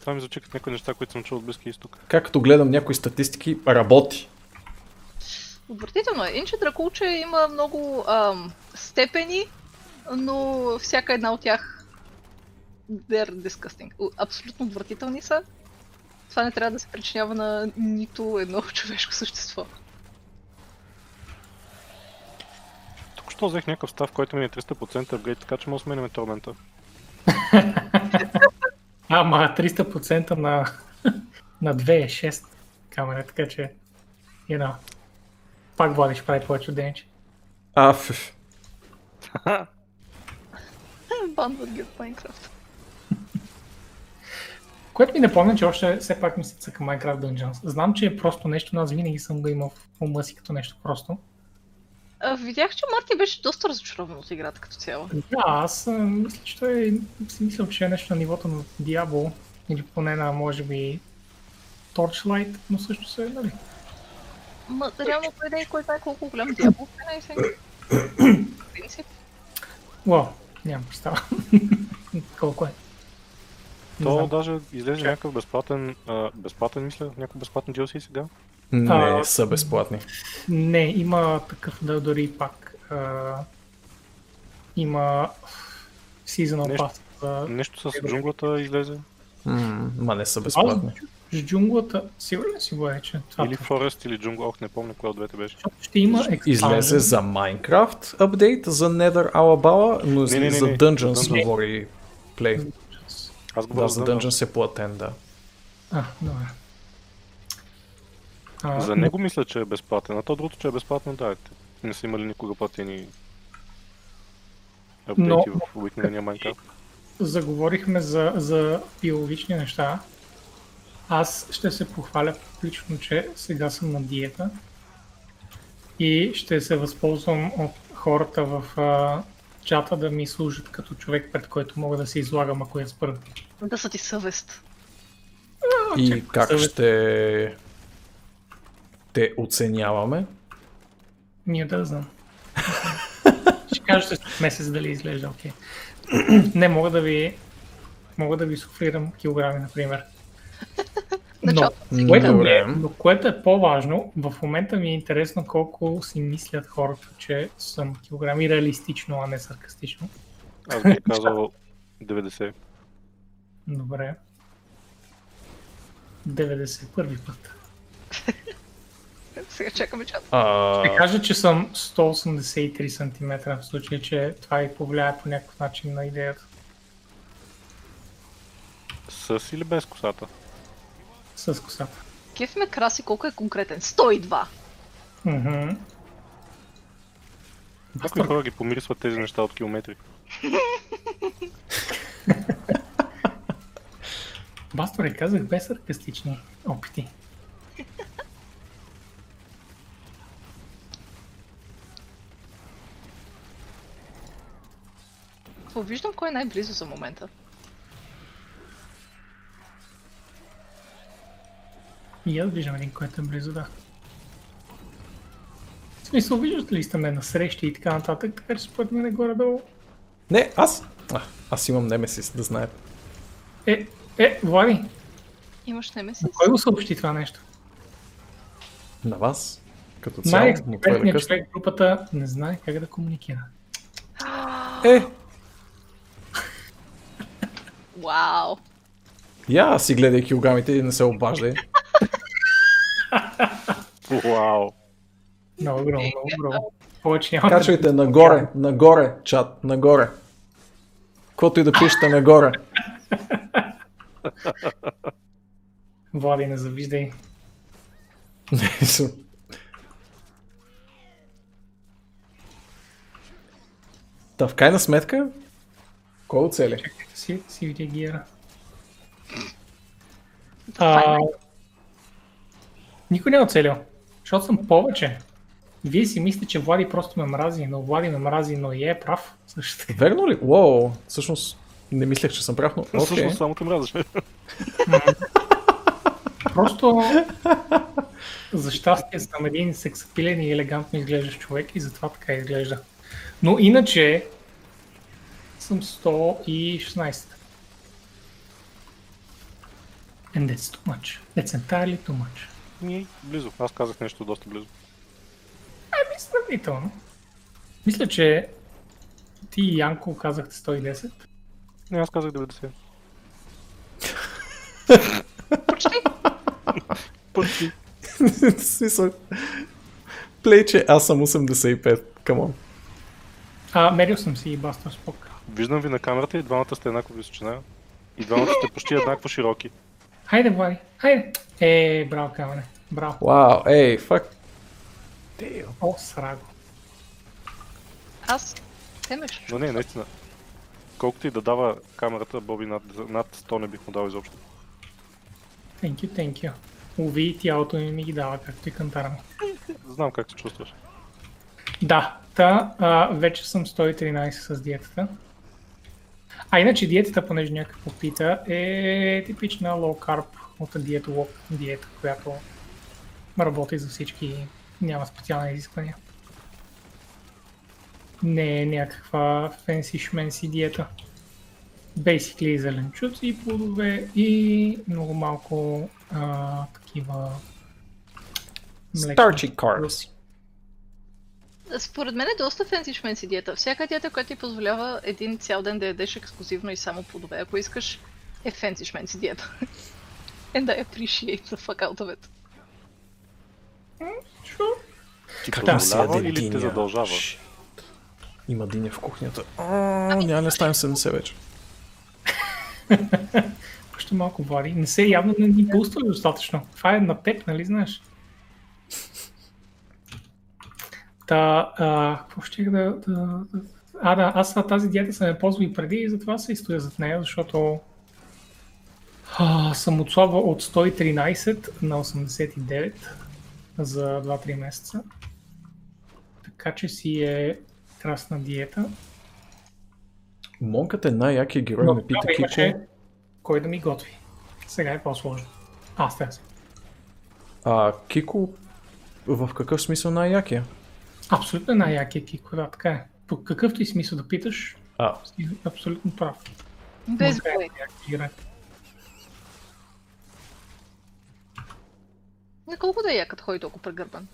D: Това ми звучи като някои неща, които съм чул от Близкия изток.
A: Както гледам някои статистики, работи.
B: Отвратително е. Инче Дракулче има много ам, степени, но всяка една от тях they're disgusting. У- Абсолютно отвратителни са. Това не трябва да се причинява на нито едно човешко същество.
D: Тук що взех някакъв став, който ми е 300% апгрейд, така че може да сменяме тормента.
C: Ама 300% на, на 2 е 6 камера, е така че, you know, пак водиш прави повече от денче.
A: А, ф-
B: Бандват ги от Майнкрафт.
C: Което ми напомня, че още все пак ми се цъка Minecraft Dungeons. Знам, че е просто нещо, но аз винаги съм го имал в ума си като нещо просто.
B: А, Видях, че Марти беше доста разочарован от играта като цяло.
C: Да, аз а, мисля, че той си мислил, че е нещо на нивото на Diablo или поне на, може би, Torchlight, но също се е, нали?
B: Ма, реално той не е кой знае колко голям дявол. Не е сега. В принцип.
C: Уау, нямам представа. Колко е? Не
D: То
C: знам.
D: даже излезе някакъв безплатен, а, безплатен мисля, някакъв безплатен DLC сега.
A: Не
C: А.
A: са безплатни.
C: Не, има такъв, да, дори пак. А, има Seasonal
D: Нещо-
C: Pass за...
D: Нещо
A: Е,
D: с джунглата излезе.
A: М, Ма не са
C: Аз
A: безплатни.
C: с джунглата, сигурен си го е, че това
D: Или Forest или джунгла, ох не помня коя от двете беше.
C: ще има
A: Излезе
C: експанзия.
A: за Minecraft апдейт, за Nether Alabala, но
D: Не, не, не,
A: за
D: не.
A: Dungeons
D: Dungeons.
A: говори Play.
D: Аз го
A: Да, за
D: раздънам.
A: Dungeons е платен, да.
C: А, добре. А,
D: За него мисля, че е безплатен, а то другото, че е безплатно, да. те Не са имали никога платени апдейти
C: Но-
D: в обикновения Minecraft.
C: заговорихме за, за биологични неща, аз ще се похваля публично, че сега съм на диета и ще се възползвам от хората в а, чата да ми служат като човек, пред който мога да се излагам, ако я спра.
B: Да са ти съвест.
A: И
C: чакай,
A: как
C: съвет.
A: ще те оценяваме?
C: Ние да знам. ще кажете след месец дали изглежда окей. Не мога да ви мога да ви суфлирам килограми, например.
B: Началото
A: М,
C: Което, ми
A: добре.
C: е, но което е по-важно, в момента ми е интересно колко си мислят хората, че съм килограми реалистично, а не саркастично.
D: Аз бих казал 90.
C: Добре. 91 път.
B: Сега чакаме чат.
A: А,
C: Ще кажа, че съм 183 см, в случай, че това и повлияе по някакъв начин на идеята.
D: С или без косата?
C: С косата.
B: Кеф ме краси колко е конкретен. 102!
C: Мгм.
D: Някои хора ги помирисват тези неща от километри.
C: Бастори, казах без саркастични опити.
B: Какво виждам кой е най-близо за момента?
C: И аз виждам един, който е близо, да. В смисъл, виждате ли сте ме на срещи и така нататък, така че според мен е горе-долу.
A: Не, аз... А, аз имам Немесис, да знаете.
C: Е, е, Влади,
B: Имаш немесис?
C: на кой го съобщи това нещо?
A: На вас, като цяло, но това е да
C: Най-експертният
A: късно.
C: човек в групата не знае как да комуникира.
A: Е,
B: Вау!
A: я си гледай килограмите и не се обаждай.
D: Вау!
C: Много огромно, много огромно. Повече няма.
A: Качвайте нагоре, нагоре, чат, нагоре. Каквото и да пишете нагоре.
C: Влади, не завиждай.
A: Та в крайна сметка, кой оцели?
C: Си, си видя гиера.
B: Това
C: А,
B: е
C: никой не е оцелил, защото съм повече. Вие си мислите, че Влади просто ме мрази, но Влади ме мрази, но и е прав. Също така.
A: Верно ли? Уоу, всъщност не мислех, че съм прав, но окей.
D: Всъщност само те мразиш.
C: Просто за щастие съм един сексапилен и елегантно изглеждащ човек и затова така изглежда. Но иначе съм 116. And that's too much. That's entirely too much.
D: Ми, близо. Аз казах нещо доста близо.
C: Ами сравнително. Мисля, че ти и Янко казахте 110.
D: Не, аз казах 90.
B: почти.
D: Почти.
A: В смисъл, Плей, че аз съм 85. Камон.
C: А, мерил съм си и Бастър Спок.
D: Виждам ви на камерата и двамата сте еднаква височина. И двамата сте почти еднакво широки.
C: Хайде, Влади, хайде. Е, браво, камене. Браво.
A: Вау, ей, фак. Дейо.
C: О, сраго.
B: Аз... Темеш.
D: Но не, наистина. Колкото и да дава камерата, Боби над, над 100 не бих му дал изобщо.
C: Thank you, thank you. Уви, тялото ми ми ги дава, както и кантара ми.
D: Знам как се чувстваш.
C: Да, та, а, вече съм 113 с диетата. А иначе диетата, понеже някой попита, е типична low carb от диетолог диета, която работи за всички и няма специални изисквания. Не е някаква фенси-шменси диета. Basically зеленчуци и плодове и много малко а, такива млечни
A: Starchy carbs.
B: Според мен е доста фенси шменси диета. Всяка диета, която ти позволява един цял ден да ядеш ексклюзивно и само плодове, ако искаш, е фенси шменси диета. And I appreciate the fuck out of it.
C: Sure.
D: Ти
A: Как
C: Да.
A: да, си
D: позволява
A: яде
D: или те
A: диня?
D: задължава?
A: Шш. Има диня в кухнята. О,
C: Ами,
A: няма да ставим 70 вече.
C: Още малко Влади. Не се явно не ни пустваш достатъчно. Това е на теб, нали знаеш? Та, а, какво ще да, да... А, да, аз на тази диета съм я ползвал и преди и затова се изстоя зад нея, защото а, съм отслабвал от 113 на 89 за 2-3 месеца. Така че си е красна диета.
A: Монкът е най-якият герой,
C: Но
A: ме пита
C: тогава имаше
A: Кико.
C: кой да ми готви. Сега е по-сложно. Аз трябва съм.
A: А Кико в какъв смисъл най-якия?
C: Абсолютно най-якия кик, да, така е. По какъвто и смисъл да питаш,
A: А,
C: си абсолютно прав. е
B: Без
C: Макар
B: бой.
C: и яки герой.
B: На колко да е якът ходи толкова прегърбан?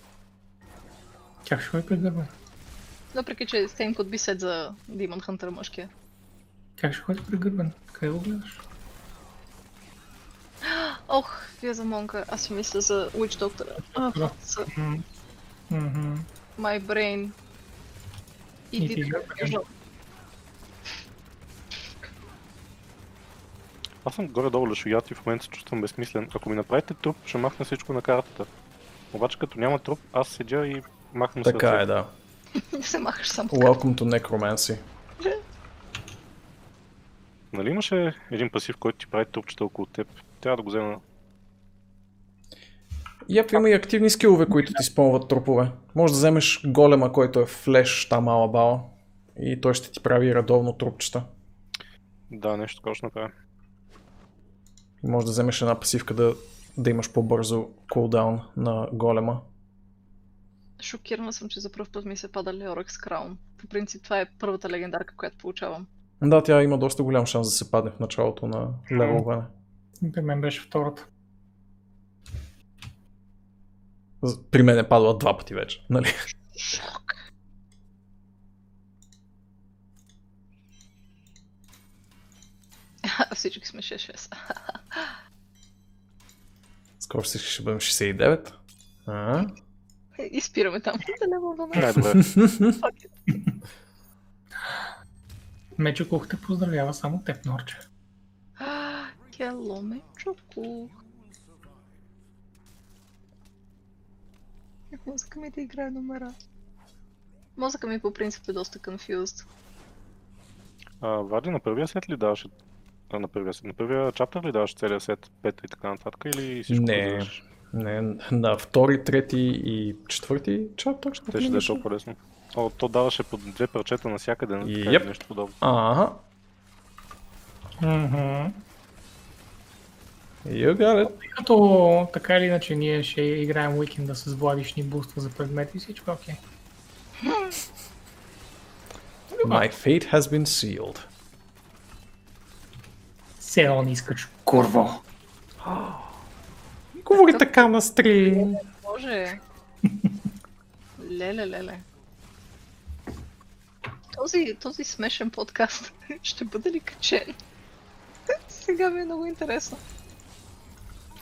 C: Тя ще го е прегърна. въпреки
B: Въпреки, че Same could be said за Demon Hunter мъжкия.
C: Как ще ходи прегърбен? Къде го гледаш?
B: Ох, вие за Монка, аз си мисля за Witch Doctor. А,
C: Да.
B: за
C: М, мгм.
B: My Brain. И
C: И ти
B: ти
C: гърбен.
D: Аз съм горе-долу лешоят и в момента се чувствам безсмислен. Ако ми направите труп, ще махна всичко на картата. Обаче като няма труп, аз седя и махам
A: така
D: сърце.
A: е, да.
B: Не се махаш само така.
A: Welcome to Necromancy.
D: Нали имаше един пасив, който ти прави трупчета около теб? Трябва да го взема.
A: Яп, има и активни скилове, които ти спълват трупове. Може да вземеш голема, който е флеш, там алабала. И той ще ти прави редовно трупчета.
D: Да, нещо такова ще направя.
A: И може да вземеш една пасивка да, да имаш по-бързо кулдаун на голема.
B: Шокирана съм, че за първ път ми се пада Leorex Краун. По принцип това е първата легендарка, която получавам.
A: Да, тя има доста голям шанс да се падне в началото на левелване.
C: При мен беше втората.
A: З- При мен е падала два пъти вече, нали?
B: Шок! Всички сме 6-6.
A: Скоро всички ще бъдем 69. А?
B: И спираме там. Да не вълнуваме.
D: Най-добре.
B: Fuck it.
C: Мечо кухта поздравява само теб, Норче.
B: А, Кело ме чуку. Мозъка ми да играе номера. Мозъка ми по принцип е доста confused.
D: А, Влади, на първия сет ли даваше? А, на първия сет. На първия чаптър ли даваше целият сет, пета и така нататък? Или всичко
A: Не.
D: разделяш?
A: Не, на втори, трети и четвърти чат точно.
D: Те ще да е толкова лесно. О, то даваше по две парчета навсякъде, нали така
A: Йеп.
D: или нещо подобно.
A: Ага,
C: Мгм.
A: you got it.
C: Тъй като така или иначе ние ще играем уикенда с владишни буства за предмети и всичко, окей.
A: My fate has been sealed.
C: Все едно не искаш, курво.
A: Говори така на стрим.
B: Боже. Леле, леле. Този, този смешен подкаст ще бъде ли качен? Сега ми е много интересно.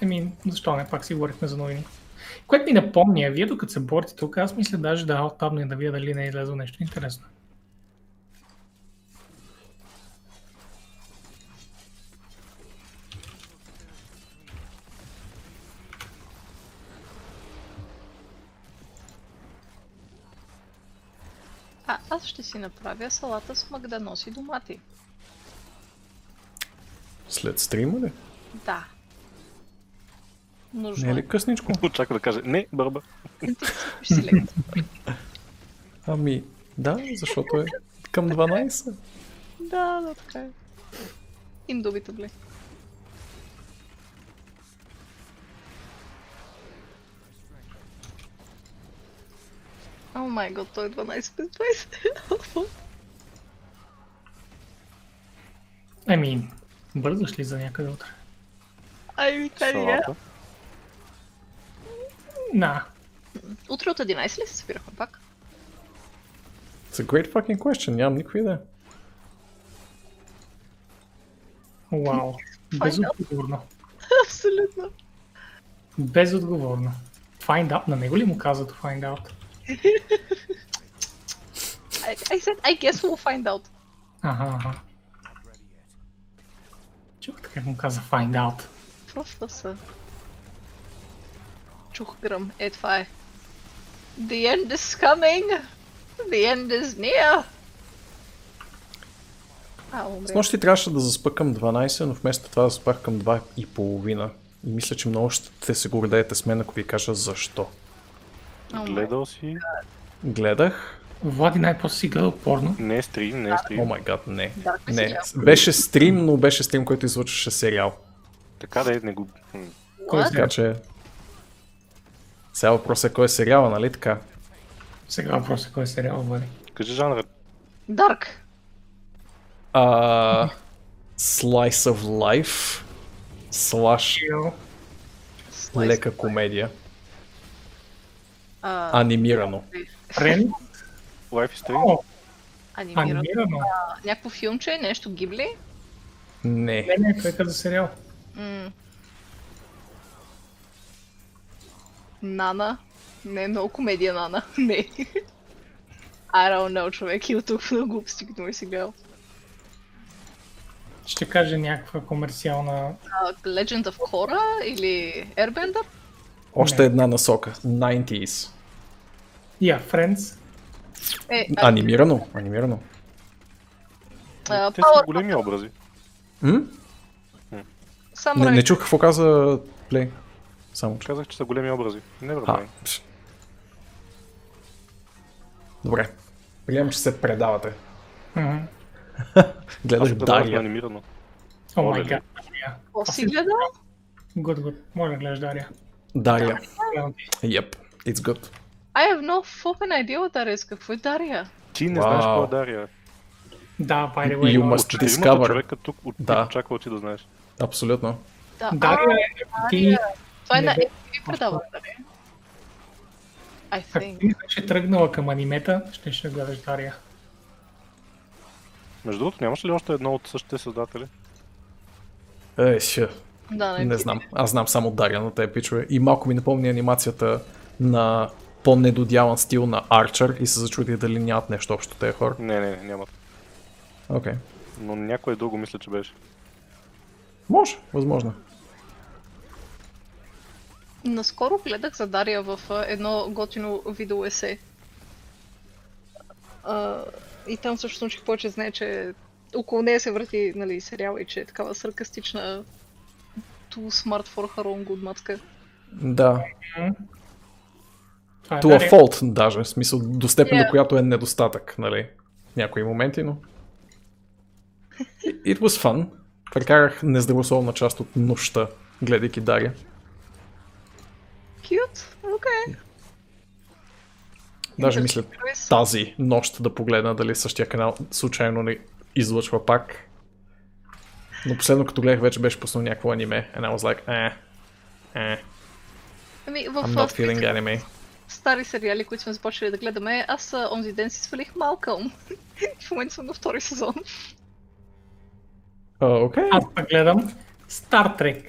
C: Еми, защо не, пак си говорихме за новини. Което ми напомня, вие докато се борите тук, аз мисля даже да оттабне да видя дали не е излезло нещо интересно.
B: А, аз ще си направя салата с магданоси домати.
A: След стрима ли?
B: Да. Нужно
A: Не е
B: е.
A: ли късничко?
D: Очаква да каже, не, бърба.
B: Ти си селект.
A: Ами, да, защото е към 12.
B: Да, да, така е. Индовите бли. О май гот, той е 12 без 20.
C: Ами, бързаш ли за някъде утре?
B: Ами, тя е.
D: Салата.
C: На,
B: Утре от 11 ли се събирахме пак?
A: It's a great fucking question, нямам никаква идея.
C: вау. Безотговорно.
B: Абсолютно.
C: Безотговорно. Find out. На него ли му каза to find out?
B: I, I said, I guess we'll find out.
C: Аха, аха. Чувате как му каза find out?
B: Просто са. Чух гръм. Е, това е. The end is coming! The end is near! А, умре.
A: С нощи трябваше да заспа към 12, но вместо това заспах към 2 и половина. И мисля, че много ще се гордеете с мен, ако ви кажа защо.
B: А, умре.
D: Гледал си.
A: Гледах.
C: Влади най-после си гледал порно.
D: Не е стрим, не е
A: О
D: стрим.
A: май гад, не.
B: Да, кой
A: Не.
B: сериал?
A: Беше стрим, но беше стрим, който излъчваше сериал.
D: Така да е, не го... м,
C: Кой
B: What?
C: знае?
A: Така че... Сега въпросът е кой е сериала, нали така?
C: Сега въпросът е кой е сериал, Влади.
D: Кажи жанра.
B: Dark.
A: А... Slice of Life. Slash
B: Slice.
A: лека комедия.
B: А,
A: Анимирано.
C: Рен?
D: Life is Strange.
C: О,
B: анимирано.
C: анимирано.
B: Някакво филмче, нещо гибли.
A: Не.
C: Не, не, той е каза сериал.
B: М. Нана. Не е много комедия, Нана. Не. I don't know, човек. Има толкова много глупости, като му е си гледал.
C: Ще каже някаква комерциална...
B: А, Legend of Korra или Airbender?
A: Още една насока. 90s.
C: Я, yeah, Friends.
B: Е, а,
A: Анимирано. Анимирано.
B: а,
D: Те са
B: Power
D: големи образи.
A: М? Не,
B: Samurai.
A: не чух какво каза Плей. Само че.
D: Казах, че са големи образи. Не
A: А,
D: проблем.
A: пш. Добре. Приемам, че се предавате.
C: Мгм.
A: Гледах
D: Аз предлагам
A: Дария.
D: анимирано.
C: О
D: Моля
C: май
D: ли?
C: гад.
B: Какво си гледал?
C: Гуд, гуд. Моля, да гледаш Дария.
A: Дария.
C: Гледам ти.
A: Yep. It's good.
B: I have no fucking idea what that is. Какво е Дария?
D: Ти не
A: Вау.
D: знаеш кой е Дария.
C: Да, by the
A: You
C: way. много-
A: must-
D: Четиримата
A: Discover.
D: човека тук от
A: Да.
D: да. очаква ти да знаеш.
A: Абсолютно.
B: Да, а,
C: Дария, ти,
B: това е
C: не
B: на
C: бе.
B: MTV предаване, нали? I
C: ако
B: think.
C: ти беше тръгнала към анимета, ще ще гледаш Дария.
D: Между другото, нямаш ли още едно от същите създатели?
A: Е, ще.
B: Да, нали? на
A: Не
B: MTV.
A: знам. Аз знам само Дария на тези пичове. И малко ми напомни анимацията на по-недодяван стил на Арчер и се зачуди дали нямат нещо общо тези хора.
D: Не, не, не, нямат.
A: Окей. Okay.
D: Но някое друго мисля, че беше.
A: Може, възможно.
B: Наскоро гледах за Дария в а, едно готино видео есе. А, и там също научих повече знае, че около нея се върти нали, сериал и че е такава саркастична too smart for her own good матка.
A: Да.
C: Това е
A: To a
C: Дария.
A: fault, даже. В смисъл, до степен,
B: Yeah.
A: до която е недостатък, нали? В някои моменти, но... It was fun. Прекарах нездравословна част от нощта, гледайки Дария.
B: Cute, окей.
A: Даже
B: Interesting
A: мисля
B: choice.
A: тази нощ да погледна дали същия канал случайно не излъчва пак. Но последно като гледах вече беше пуснал някакво аниме. And I was like, eh, eh,
B: Ами,
A: I'm
B: в а,
A: not feeling anime.
B: стари сериали, които сме започнали да гледаме, аз а, онзи ден си свалих Малкълм. в момента съм на втори сезон.
A: А, Окей.
C: Аз пък гледам Star Trek.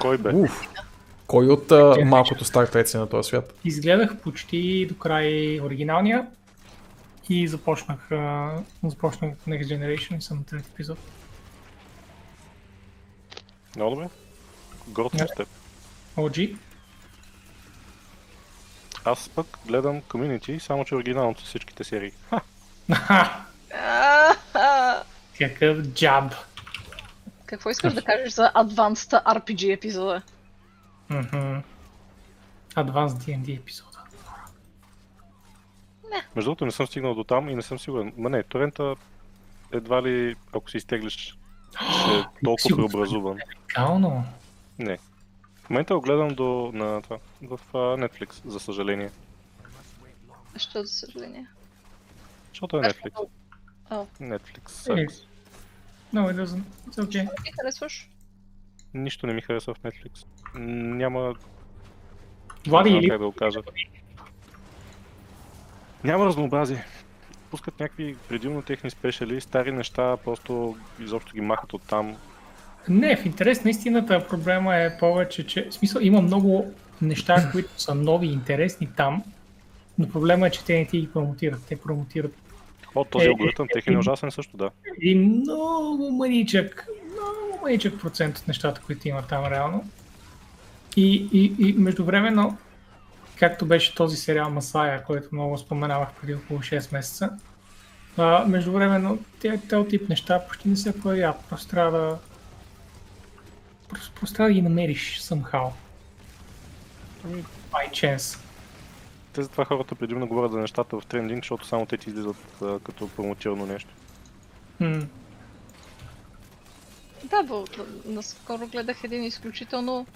D: Кой бе?
A: Уф. Кой от uh, малкото стартреци на този свят?
C: Изгледах почти до край оригиналния и започнах, а, започнах Next Generation и съм на трети епизод.
D: Много добре. Горд съм с теб.
C: OG.
D: Аз пък гледам Community, само че оригиналното с всичките серии. Ха,
C: Ха,
B: А,
C: Какъв джаб.
B: Какво искаш да кажеш за Advanced RPG епизода?
C: Мгм. Advanced D&D епизода.
D: Между другото не съм стигнал до там и не съм сигурен. Ма не, торента едва ли, ако се изтеглиш, ще е толкова
C: Сигурно.
D: преобразуван.
C: Легално.
D: Не. В момента го гледам до, на това, в а, Netflix, за съжаление.
B: Що за съжаление?
D: Защото е Netflix.
B: А.
D: Netflix е. sucks.
C: Yes. No, it doesn't. It's okay.
B: Ти харесваш?
D: Нищо не ми харесва в Netflix. М, Няма...
C: Влади
D: не знам
C: или
D: Как да го кажа. Няма разнообразие. Пускат някакви предимно техни спешали, стари неща, просто изобщо ги махат от там.
C: Не, в интерес на истината проблема е повече, че в смисъл има много неща, които са нови и интересни там, но проблема е, че те не ти ги промотират. Те промотират
D: О, този
C: Е,
D: алгоритъм техен е ужасен също, да.
C: един много мъничък, много мъничък процент от нещата, които има там реално. И, и, и междувременно, както беше този сериал Масая, който много споменавах преди около 6 месеца, а, междувременно те- този тип неща почти не се появяват. Просто трябва да... Просто, просто трябва да ги намериш somehow. By chance.
D: Те затова хората предимно говорят за нещата в трендинг, защото само те ти излизат а, като промотирано нещо.
C: М.
B: Да, бо, наскоро гледах един изключително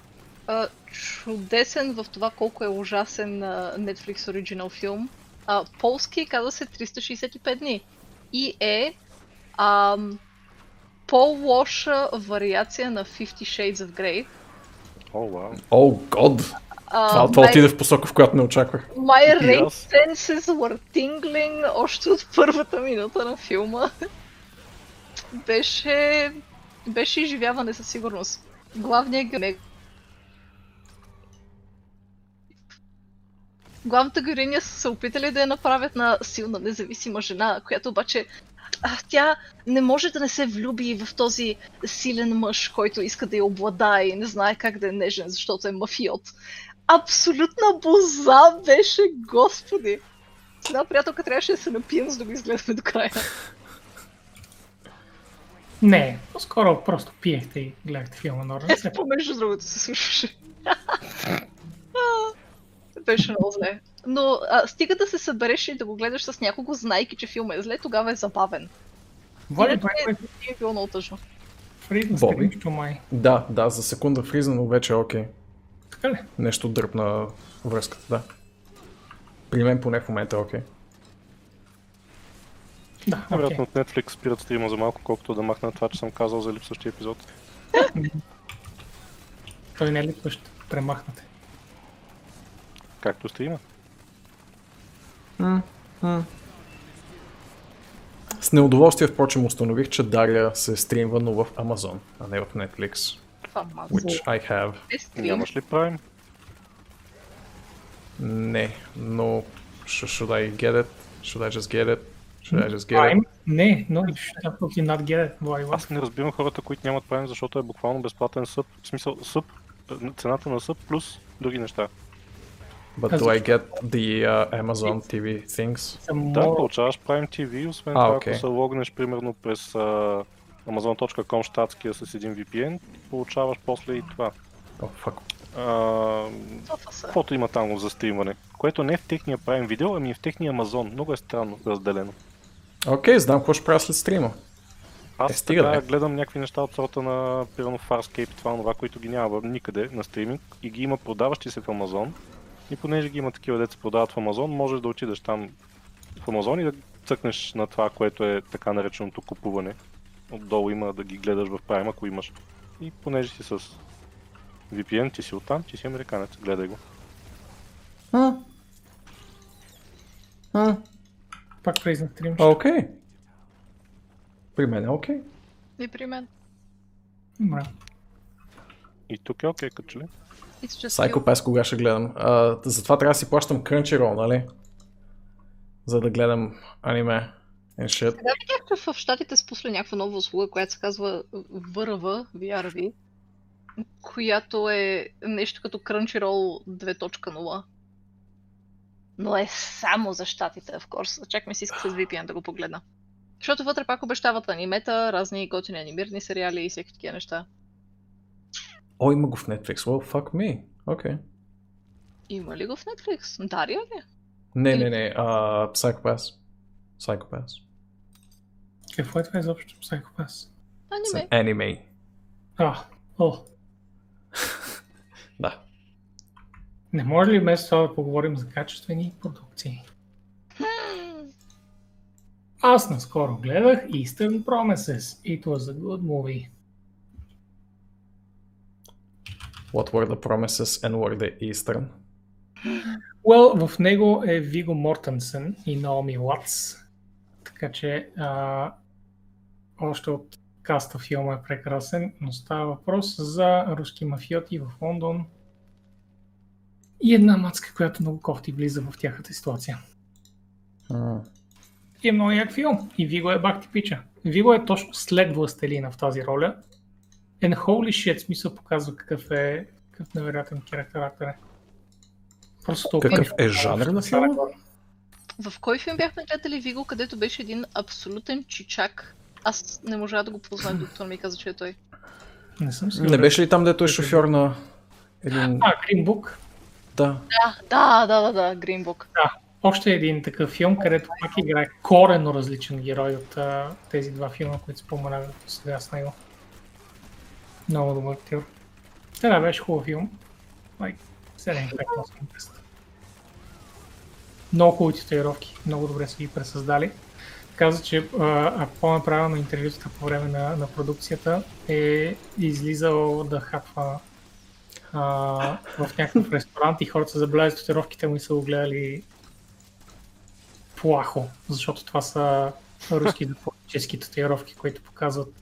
B: а, чудесен в това колко е ужасен а, Netflix Original филм. А, полски казва се 365 дни. И е ам, по-лоша вариация на Fifty Shades of Grey.
D: О, вау.
A: О, oh, год!
B: А,
A: Това, това е
B: май-
A: отиде в посока, в която не очаквах.
B: My
D: И
B: rape
D: аз.
B: senses were tingling още от първата минута на филма. Беше... Беше изживяване със сигурност. Главният героиня... Главната героиня са се опитали да я направят на силна, независима жена, която обаче... А, тя не може да не се влюби в този силен мъж, който иска да я обладае и не знае как да е нежен, защото е мафиот абсолютна боза беше, господи! С една приятелка трябваше да се напием, за да го изгледаме до края.
C: Не, по-скоро просто пиехте и гледахте филма Норден. Все пак.
B: Е, Помежду другото се слушаше. А, беше много зле. Но а, стига да се събереш и да го гледаш с някого, знайки, че филма е зле, тогава е забавен.
C: Влади,
B: Иначе
C: това е което
B: би било много тъжно.
C: Фридно
A: Боби?
C: сте нищо май.
A: Да, да, за секунда фризна, но вече е окей.
C: Така ли?
A: Нещо дръпна връзката, да. При мен поне в момента е окей.
C: Да, окей.
D: Вероятно от Netflix спират стрима за малко, колкото да махнат това, че съм казал за липсващия епизод.
C: Той не е липващ, премахнате.
D: Както стрима.
A: С неудоволствие, впрочем, установих, че Дария се стримва, но в Amazon, а не в Netflix.
B: Това е малко.
A: Which I have.
B: Е стрим.
D: Нямаш ли Prime?
A: Не, но... Sh- should I get it? Should I just get it? Should I just get
C: Prime?
A: it?
C: Не, но ще пък и над Герет, Влади
D: Аз не разбирам хората, които нямат Prime, защото е буквално безплатен съп. В смисъл съп, е, цената на съп плюс други неща.
A: But
C: А
A: do I get the uh, Amazon TV things?
D: Да, получаваш Prime TV, освен
A: А,
D: това,
A: окей.
D: ако се логнеш примерно през а, Amazon.com щатския с един VPN, получаваш после и това.
A: Oh, fuck.
D: А,
B: Това са.
D: каквото има там за стримване, което не е в техния Prime Video, ами е в техния Amazon. Много е странно разделено.
A: Окей, okay, знам какво ще правя след стрима.
D: Аз
A: Е, стига,
D: така
A: бе.
D: гледам някакви неща от сорта на примерно Farscape и това, това, които ги няма никъде на стриминг и ги има продаващи се в Амазон. И понеже ги има такива деца продават в Амазон, можеш да отидеш там в Амазон и да цъкнеш на това, което е така нареченото купуване. Отдолу има да ги гледаш в Prime, ако имаш. И понеже си с VPN, ти си оттам, ти си американец, гледай го.
C: Пак признат стрим.
A: Окей. Okay. При мен е окей. Okay.
B: И при мен.
C: Добре.
D: И тук е окей, като че ли?
B: It's just
A: Psycho
B: you.
A: Pass кога ще гледам? А, затова трябва да си плащам Crunchyroll, нали? За да гледам аниме and shit.
B: Сега видях, че е в щатите спусна някаква нова услуга, която се казва VRV, VRV, която е нещо като Crunchyroll 2.0. Но е само за щатите, of course. Чак ми се иска с VPN да го погледна. Защото вътре пак обещават анимета, разни готини анимирани сериали и всякакви такива неща.
A: О, има го в Netflix. Well, fuck me. Окей. Okay.
B: Има ли го в Netflix? Дария ли?
A: Не, не, не. А, Psycho Pass. Psycho Pass.
C: Какво е това изобщо? Психопас.
A: It's
B: Аниме.
A: an anime.
C: А, о.
A: Да.
C: Не може ли вместо това да поговорим за качествени продукции? Аз наскоро гледах Eastern Promises. It was a good movie.
A: What were the promises and were the eastern?
C: Well, в него е Виго Мортенсен и Наоми Уатс. Така че а, още от каста филма е прекрасен, но става въпрос за руски мафиоти в Лондон. И една мацка, която много кофти влиза в тяхната ситуация.
A: М,
C: И е много як филм. И Виго е бак ти пича. Виго е точно след властелина в тази роля. And holy shit, смисъл показва какъв е какъв невероятен характер е. Просто толкова
A: Какъв е
C: ми
A: жанр на
C: харесва.
A: филма?
B: В кой филм бяхме гледали Виго, където беше един абсолютен чичак? Аз не можа да го познам, доктор ми каза, че е той.
C: Не съм сигурен.
A: Не беше ли там, дето е шофьор на един...
C: А, Green Book.
A: Да.
B: Да, да, да, да, да, Green Book.
C: Още един такъв филм, където пак играе коренно различен герой от а, тези два филма, които споменавам сега с него. Много добър актьор. Та да, беше хубав филм. Like, 7, 5, 8, 10. Много хубави татуировки, много добре са ги пресъздали. Каза, че а, ако помня правилно интервютата по време на, на продукцията е излизал да хапва а, в някакъв ресторант и хората са забелязали татуировките му и са го гледали плахо, защото това са руски политически татуировки, които показват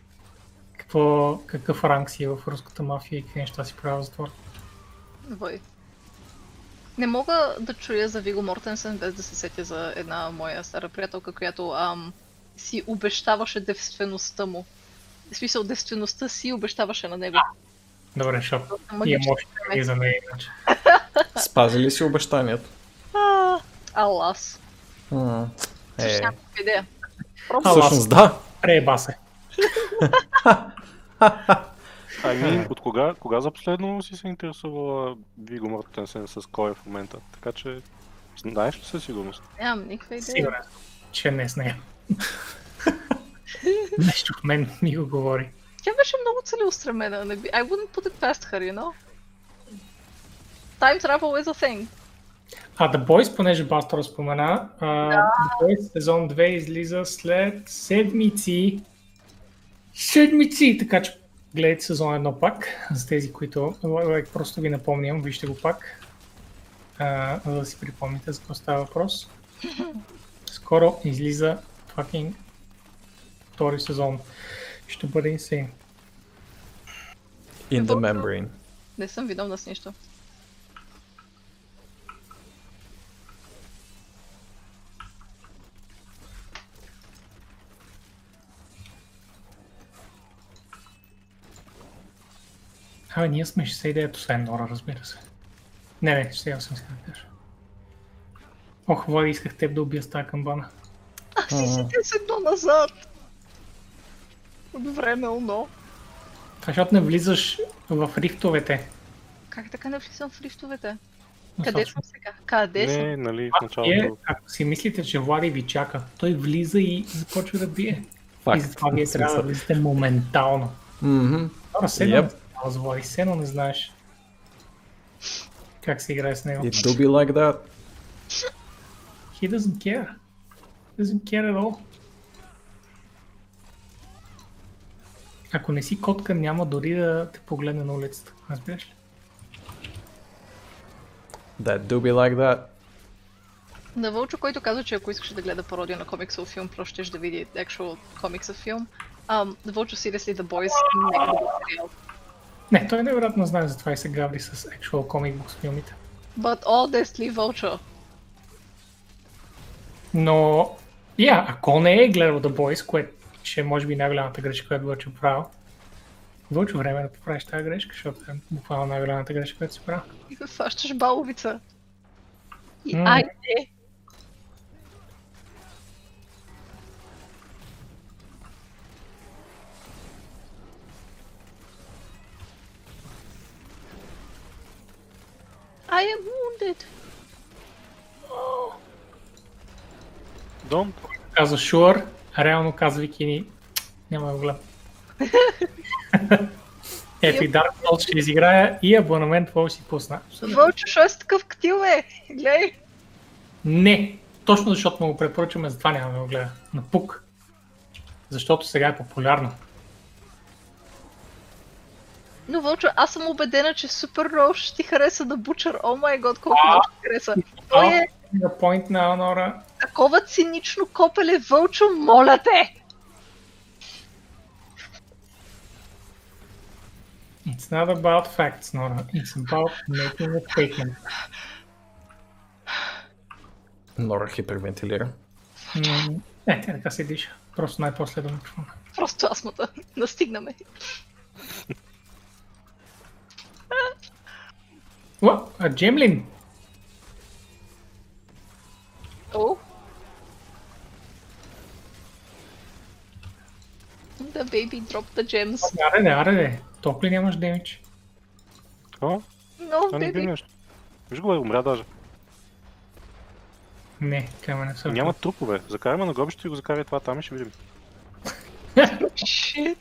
C: какво, какъв ранг си е в руската мафия и какви неща си правя в затвор.
B: Вой. Не мога да чуя за Виго Мортенсен без да се сетя за една моя стара приятелка, която ам, си обещаваше девствеността му. В смисъл, девствеността си обещаваше на него.
C: Добре, защото
A: е
B: Ама
C: и
B: ги-
C: емоциите и за нея иначе.
A: Спази ли си обещанието?
B: А, Алас.
A: М,
B: Също
A: Е,
B: някаква идея.
A: всъщност да.
C: Прееба се.
D: Ами, от кога, кога за последно си се интересувала Виго Мортенсен с кой е в момента? Така че, знаеш ли със сигурност?
B: Нямам никаква идея.
C: Сигурен, съм, че не е с нея. Нещо в мен ми го говори.
B: Тя беше много целеустремена. Не би... I wouldn't put it past her, you know? Time travel is a thing.
C: А The Boys, понеже Бастор спомена, а, The Boys сезон 2 излиза след седмици. Седмици! Така че гледайте сезон 1 пак, за тези, които like, просто ви напомням, вижте го пак, а, за да си припомните за какво става въпрос. Скоро излиза fucking втори сезон. Ще бъде и се.
A: In the membrane.
B: Не съм виновна с нищо.
C: Абе, ние сме 69, освен Нора, разбира се. Не, не, 68 сега да кажа. Ох, Влади, исках теб да убия с тази камбана.
B: Аз си
A: Ага.
B: седя с едно назад. Временно.
C: Това защото не влизаш в рифтовете.
B: Как така не влизам в лифтовете? Къде
C: Къде
B: съм сега? Къде съм?
D: Не, нали, в
C: е,
D: началото.
C: ако си мислите, че Влади ви чака, той влиза и започва да бие. И
A: Факт.
C: затова вие трябва да влизате моментално.
A: Мгм.
C: Хора, седно
A: Yep.
C: yep. с Влади, седно не знаеш как се играе с него.
A: It do be like that.
C: He doesn't care. Doesn't care at all. Ако не си котка, няма дори да те погледне на улицата. Разбираш ли?
A: That do be like that.
B: На Вълчо, който каза, че ако искаше да гледа пародия на комиксов филм, просто ще да види actual комиксов филм. Ам, Вълчо Seriously The Boys не е добър сериал.
C: Не, той невероятно знае, затова и се гаври с actual comic books филмите.
B: But honestly, Вълчо,
C: Но, я, yeah, ако не е гледал The Boys, което ще е може би най-голямата грешка, която Вълчо е правил, Вълчо време е да поправиш тази грешка, защото е буквално най-голямата грешка, която си правил.
B: и да фащаш баловица. И
C: М.
B: айде! I am wounded.
D: Дом,
C: Каза Шуър, а реално казвайки ни, няма да го гледам. Ето и Dark Souls ще изиграя и абонамент Вол си пусна.
B: Вълчо, що е с такъв ктил, е? Гледай!
C: Не! точно защото му го препоръчваме, затова няма да го гледа. На пук. Защото сега е популярно.
B: Но Вълчо, аз съм убедена, че супер много ще ти хареса да бучар. О май год, колко много ще ти хареса. Той е
C: На Point на Анора.
B: такова цинично копеле, Вълчо, моля те!
C: It's not about facts, Нора. It's about making a statement.
A: Нора хипервентилира.
C: М, Не, тя така се диша. Просто най-после да мъчвам.
B: Просто астмата. Настигнаме.
C: О, а Джемлин!
B: О! The baby dropped the gems.
C: Аре де, аре де. Толкова ли нямаш демидж?
D: О,
B: No,
D: това не би е
B: baby.
D: нещо. Виж го, бе, умря даже.
C: Не, е камера не са.
D: Няма трупове. Закараме на гробището и го закарай това там и ще видим.
B: Shit.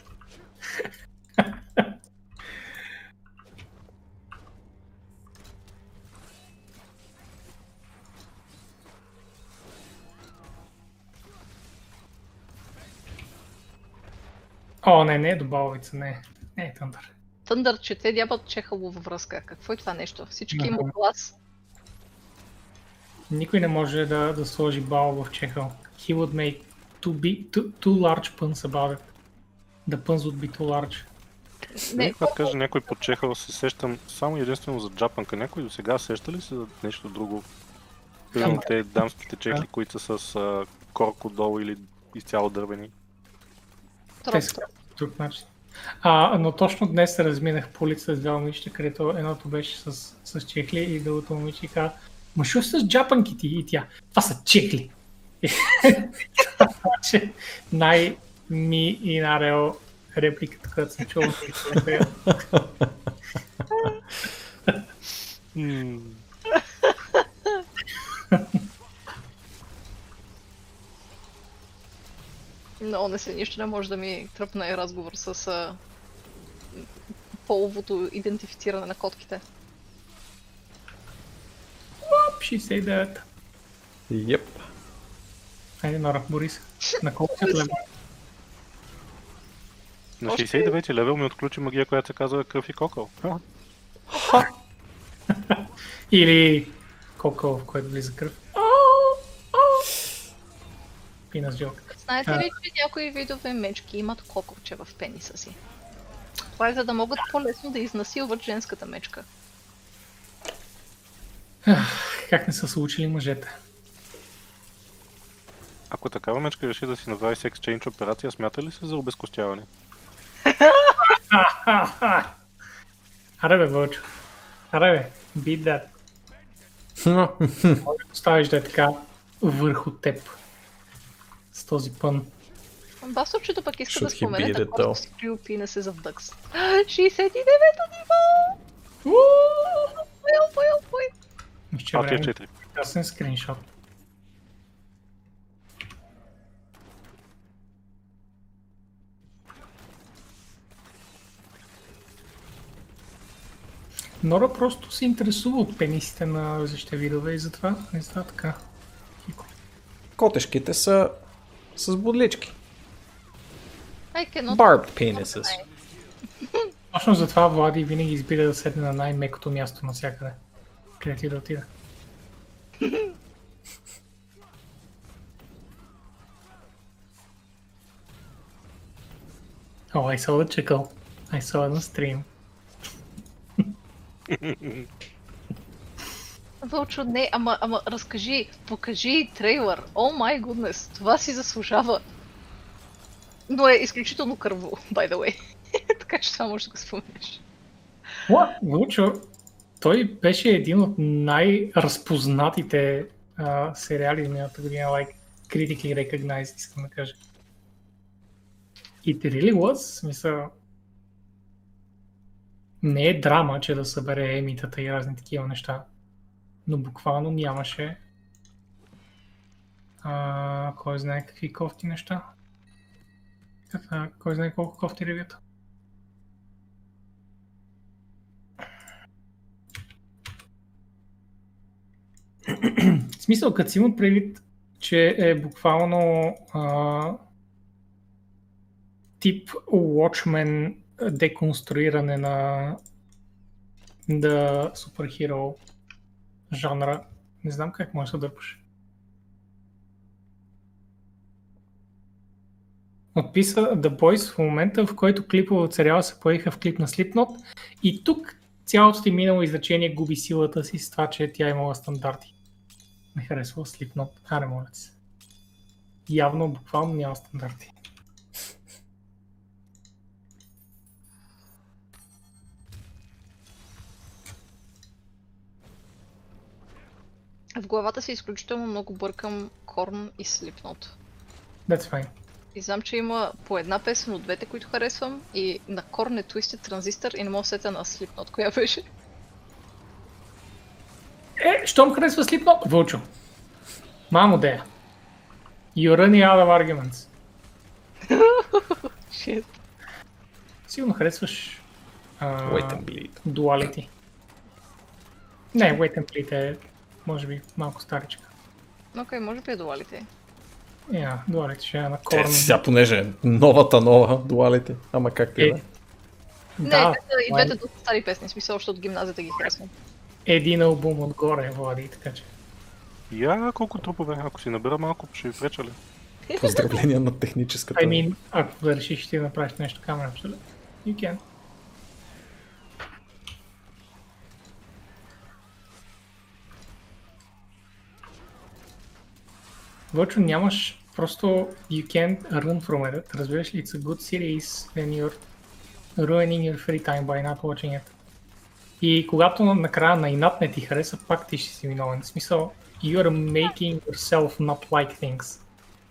C: О, не, не е добавовица, не. Не е тъндър.
B: Тъндър чете дябът чехало във връзка. Какво е това нещо? Всички
C: Мгм.
B: имат глас.
C: Никой не може да, да сложи бал в чехъл. He would make too, big, too, too large puns about it. The puns would be too large.
B: Не,
D: Не, когато кажа някой под Чехъл, се сещам само и единствено за джапанка. Някой до сега сеща ли се за нещо друго? Примерно
C: Ама-
D: те дамските чехли, които са с а, корк отдолу или изцяло дървени.
C: Те
B: Трос,
C: са по друг начин. А, но точно днес се разминах по улица с две момичета, където едното беше с, с чехли и другото момиче и каза Ма шо с джапанки ти? И тя, това са чехли. Това беше най-ми и нарел репликата, която съм чувал.
B: Но не се, нищо не може да ми тръпна и разговор с а, половото идентифициране на котките.
C: Оп, 69.
A: Йеп.
C: Айде, Нора, Борис. На колко си е лева?
D: На
B: Още-
D: 69-ти левел ми отключи магия, която се казва кръв и кокъл. Ха.
C: Или колко, в което влиза кръв? Пинас джок.
B: Знаете
C: А.
B: ли, че някои видове мечки имат кокорче в пениса си? Това е за да могат по-лесно да изнасилват женската мечка.
C: Как не са се учили мъжете?
D: Ако такава мечка реши да си направи секс чейндж операция, смята ли се за обезкостяване?
C: Ха-ха! Аре бе, Вълчо. Аре бе, beat that. Може да поставиш да е така върху теб. С този пън.
B: Басовчето пък иска
A: Should
B: да
A: he
B: спомене
A: be the
B: такова
A: dog?
B: с пина се за вдъкс. 69-то ниво! Уел, уел, уел!
C: Мисля, че е
D: А, ти е
C: време.
D: 4.
C: Ясен скриншот. Нора просто се интересува от пенисите на различните видове и затова не става така. Хико.
A: Котешките са с бодлички.
B: I cannot...
A: Barbed penises.
C: Точно затова Влади винаги избира да седне на най-мекото място навсякъде. Където и да отида. Oh, I saw the chickle. I saw it on stream.
B: Вълчо, не, ама, ама разкажи, покажи трейлър. О май гуднес, това си заслужава. Но е изключително кърво, by the way. така че това може да го споменеш.
C: What? Вълчо, той беше един от най-разпознатите а, сериали миналата година, like critically recognized, искам да кажа. It really was, в смисъл... Не е драма, че да събере емитата и разни такива неща, но буквално нямаше а, кой знае какви кофти неща. Каква, кой знае колко кофти ревюта. В смисъл, като си има предвид че е буквално а, тип Watchmen деконструиране на да суперхиро жанра. Не знам как може да дърпаш. Отписа The Boys в момента, в който клипове от сериала се поеха в клип на Slipknot и тук цялото ти минало изречение губи силата си с това, че тя е имала стандарти. Не харесва Slipknot. Аре, моля се. Явно, буквално няма стандарти.
B: В главата си е изключително много бъркам Корн и Slipknot.
C: That's fine.
B: И знам, че има по една песен от двете, които харесвам и на Корн е Twisted Transistor и не мога да сета на Slipknot, коя беше.
C: Е, щом харесва Slipknot? Вълчо. Мамо дея. You're running out of arguments.
B: Shit.
C: Сигурно харесваш а,
A: Wait and bleed.
C: Duality. Не, Wait and Bleed е, може би, малко старичка.
B: Но окей, може би е дуалите.
C: Я, Duality ще е на
A: Е,
C: корн.
A: сега понеже е новата нова, дуалите. Ама как ти
C: Е,
A: да.
B: Не,
C: да,
B: двете- и
C: това е
B: двете доста стари песни, в смисъл още от гимназията ги харесвам.
C: един албум отгоре, Влади, така че.
D: Я колко трупове, ако си набера малко, ще ви преча ли?
A: е. Поздравления на техническата.
C: I mean, ако решиш, ще ти направиш нещо камера, абсолютно. You can. Вълчо, нямаш просто you can't run from it. Разбираш ли, it's a good series and you're ruining your free time by not watching it. И когато накрая на инат не ти хареса, пак ти ще си виновен. В смисъл, you're making yourself not like things.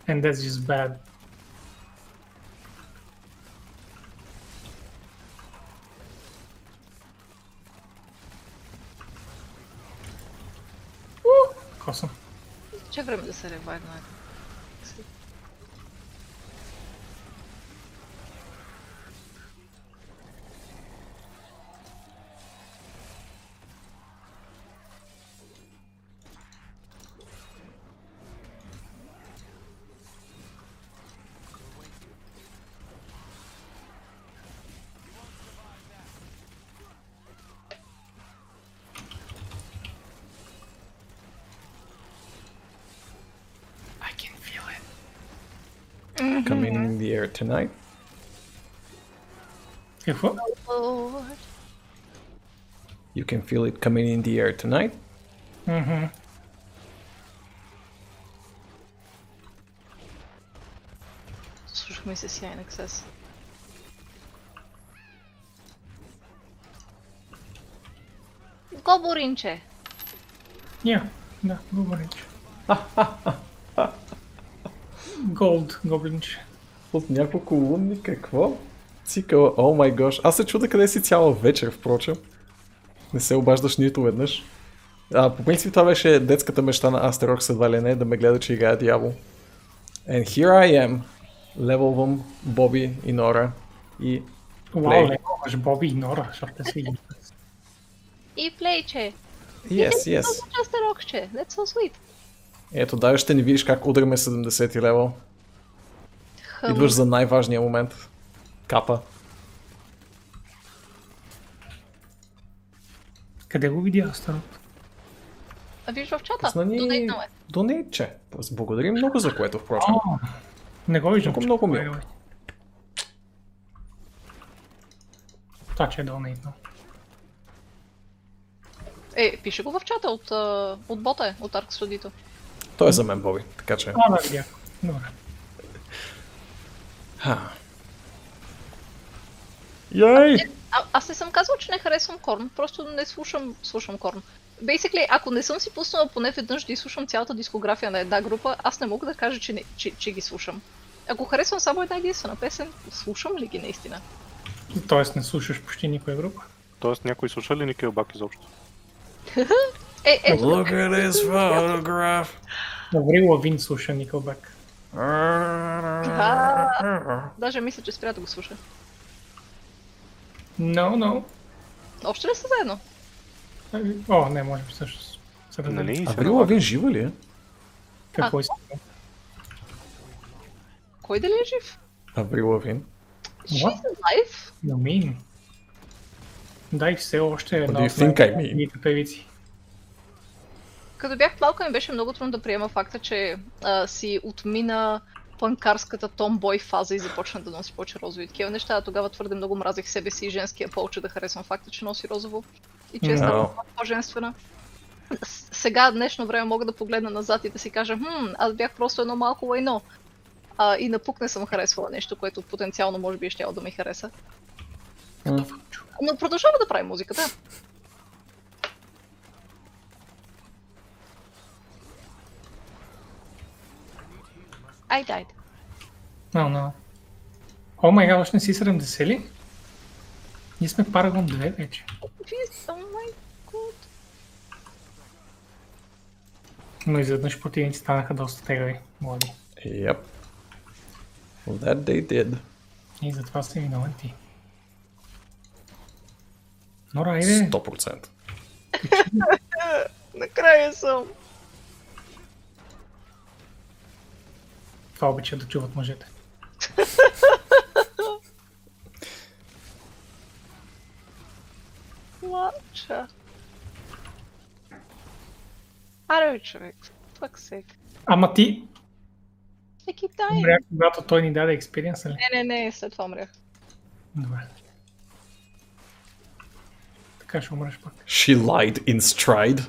C: And that's just bad. Косъм.
B: Че е време да се ревайваме.
C: I can feel it.
A: Coming in the air tonight.
C: Какво?
B: Lord.
A: You can feel it coming in the air tonight.
C: Мгм.
B: Слушахме се с Яйн Ексес. Гоборинче!
C: Я, да, гоблинче. Голд, гоблинче.
A: От няколко лунни какво? Цикъла, о май гош. Аз се чуда къде си цяла вечер, впрочем. Не се обаждаш нито веднъж. А, по принцип това беше детската мечта на Астерокс едва ли не, да ме гледа, че играе дявол. And here I am. Левелвам Боби и Нора. И
C: Вау,
A: Play.
C: не можеш Боби и Нора, защото те са ги.
B: И плейче!
A: yes, yes.
B: Много част рокче! That's so sweet!
A: Ето, даже ще ни видиш как удряме 70 ти левел.
B: Хъм.
A: Идваш за най-важния момент. Капа.
C: Къде го видя старото?
B: А виж в чата,
A: Пусна ни
B: донейтнаме.
A: донейтче. Благодарим много за което, впрочем.
C: Не го виждам.
A: Много, е. много мило.
C: Това, че е донейтно.
B: Е, пише го в чата от, а, от бота е, от Арк Студито.
A: Той е за мен, Боби. Така че...
C: А, да, видях. Добре.
A: Ха. Йей!
B: А, аз не съм казвал, че не харесвам Корн, просто не слушам, слушам Корн. Basically, ако не съм си пуснала поне веднъж да изслушам цялата дискография на една група, аз не мога да кажа, че, не, че, че ги слушам. Ако харесвам само една единствена песен, слушам ли ги наистина?
C: Тоест не слушаш почти никоя група.
D: Тоест някой слуша ли Никелбак изобщо?
B: Е, е,
A: Look at this photograph.
C: Аврил Лавин слуша Nickelback.
B: даже мисля, че спря да го слуша.
C: No, no.
B: Общо ли са заедно?
C: О, не, може би също. Сега да
D: Нали?
A: Аврила Лавин жива ли е?
C: Какво е?
B: Кой дали е жив?
A: Аврил Лавин.
B: She's alive?
C: No mean. Дай все още е
A: What
C: една
A: do you
C: от
A: think I mean?
C: най-големите певици.
B: Като бях малка ми беше много трудно да приема факта, че а, си отмина панкарската томбой фаза и започна да носи повече розови и такива неща. А тогава твърде много мразих себе си и женския пол, че да харесвам факта, че носи розово и че е
C: No.
B: станала малко по-женствена. С- Сега, днешно време, мога да погледна назад и да си кажа, хм, аз бях просто едно малко лайно. А, и напук не съм харесвала нещо, което потенциално може би ще да ми хареса. Но продължава да прави музика, да. Айде, айде.
C: No, no. О май гад, още не си 70 ли? Ние сме Paragon 2 вече.
B: Вие сте, о май гуд.
C: Но изведнъж противници станаха доста тегави, млади.
A: Yep. Well, that they did.
C: И затова сте виновен ти. Но райде,
A: 100%.
B: Накрая съм.
C: това обича да чуват мъжете.
B: Плача. Аре, бе, човек. Пък се.
C: Ама ти
B: Не китай.
C: умря, когато той ни даде експириенса ли?
B: Не, не, не, след това умрях.
C: Добре. Така ще умреш пак.
A: She lied in stride.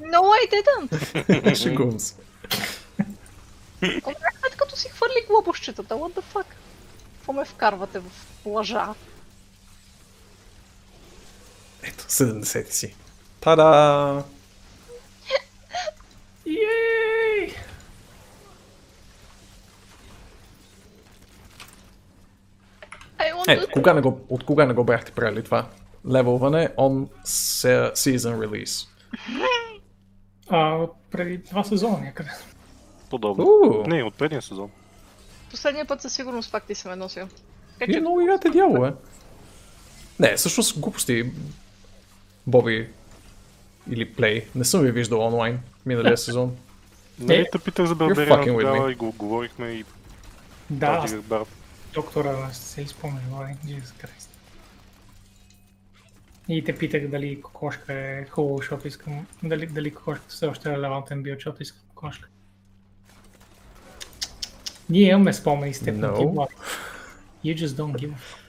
B: No, I didn't.
A: Шегувам се.
B: Умрях след като си хвърлих глобушчетата. What the fuck? Какво ме вкарвате в лъжа?
A: Ето, 70 си. Тада!
C: Йей!
B: I want
A: Ето,
B: to
A: Е, кога не го, от кога не го бяхте правили това? Левелване on se- season release.
C: А, преди два сезона някъде.
D: Подобно.
A: Уу.
D: Не, от предния сезон.
B: Последния път със сигурност пак ти съм е носил. Така
A: Вие
B: че,
A: много играте дявол, е. Не, всъщност глупости. Боби или Плей. Не съм ви виждал онлайн миналия сезон.
D: Не,
C: Не.
D: Нали, те питах за
A: fucking
D: Барбериан
A: with me.
D: тогава и го говорихме и
C: Да,
D: да,
C: аз
D: подигах бар.
C: доктора не се изпомня, говори, Jesus Christ. И те питах дали кокошка е хубаво, защото искам, дали, дали кокошка все още е релевантен бил, защото искам кокошка. Ние имаме спомени с теб, но ти
A: No.
C: млад. You just don't give a fuck.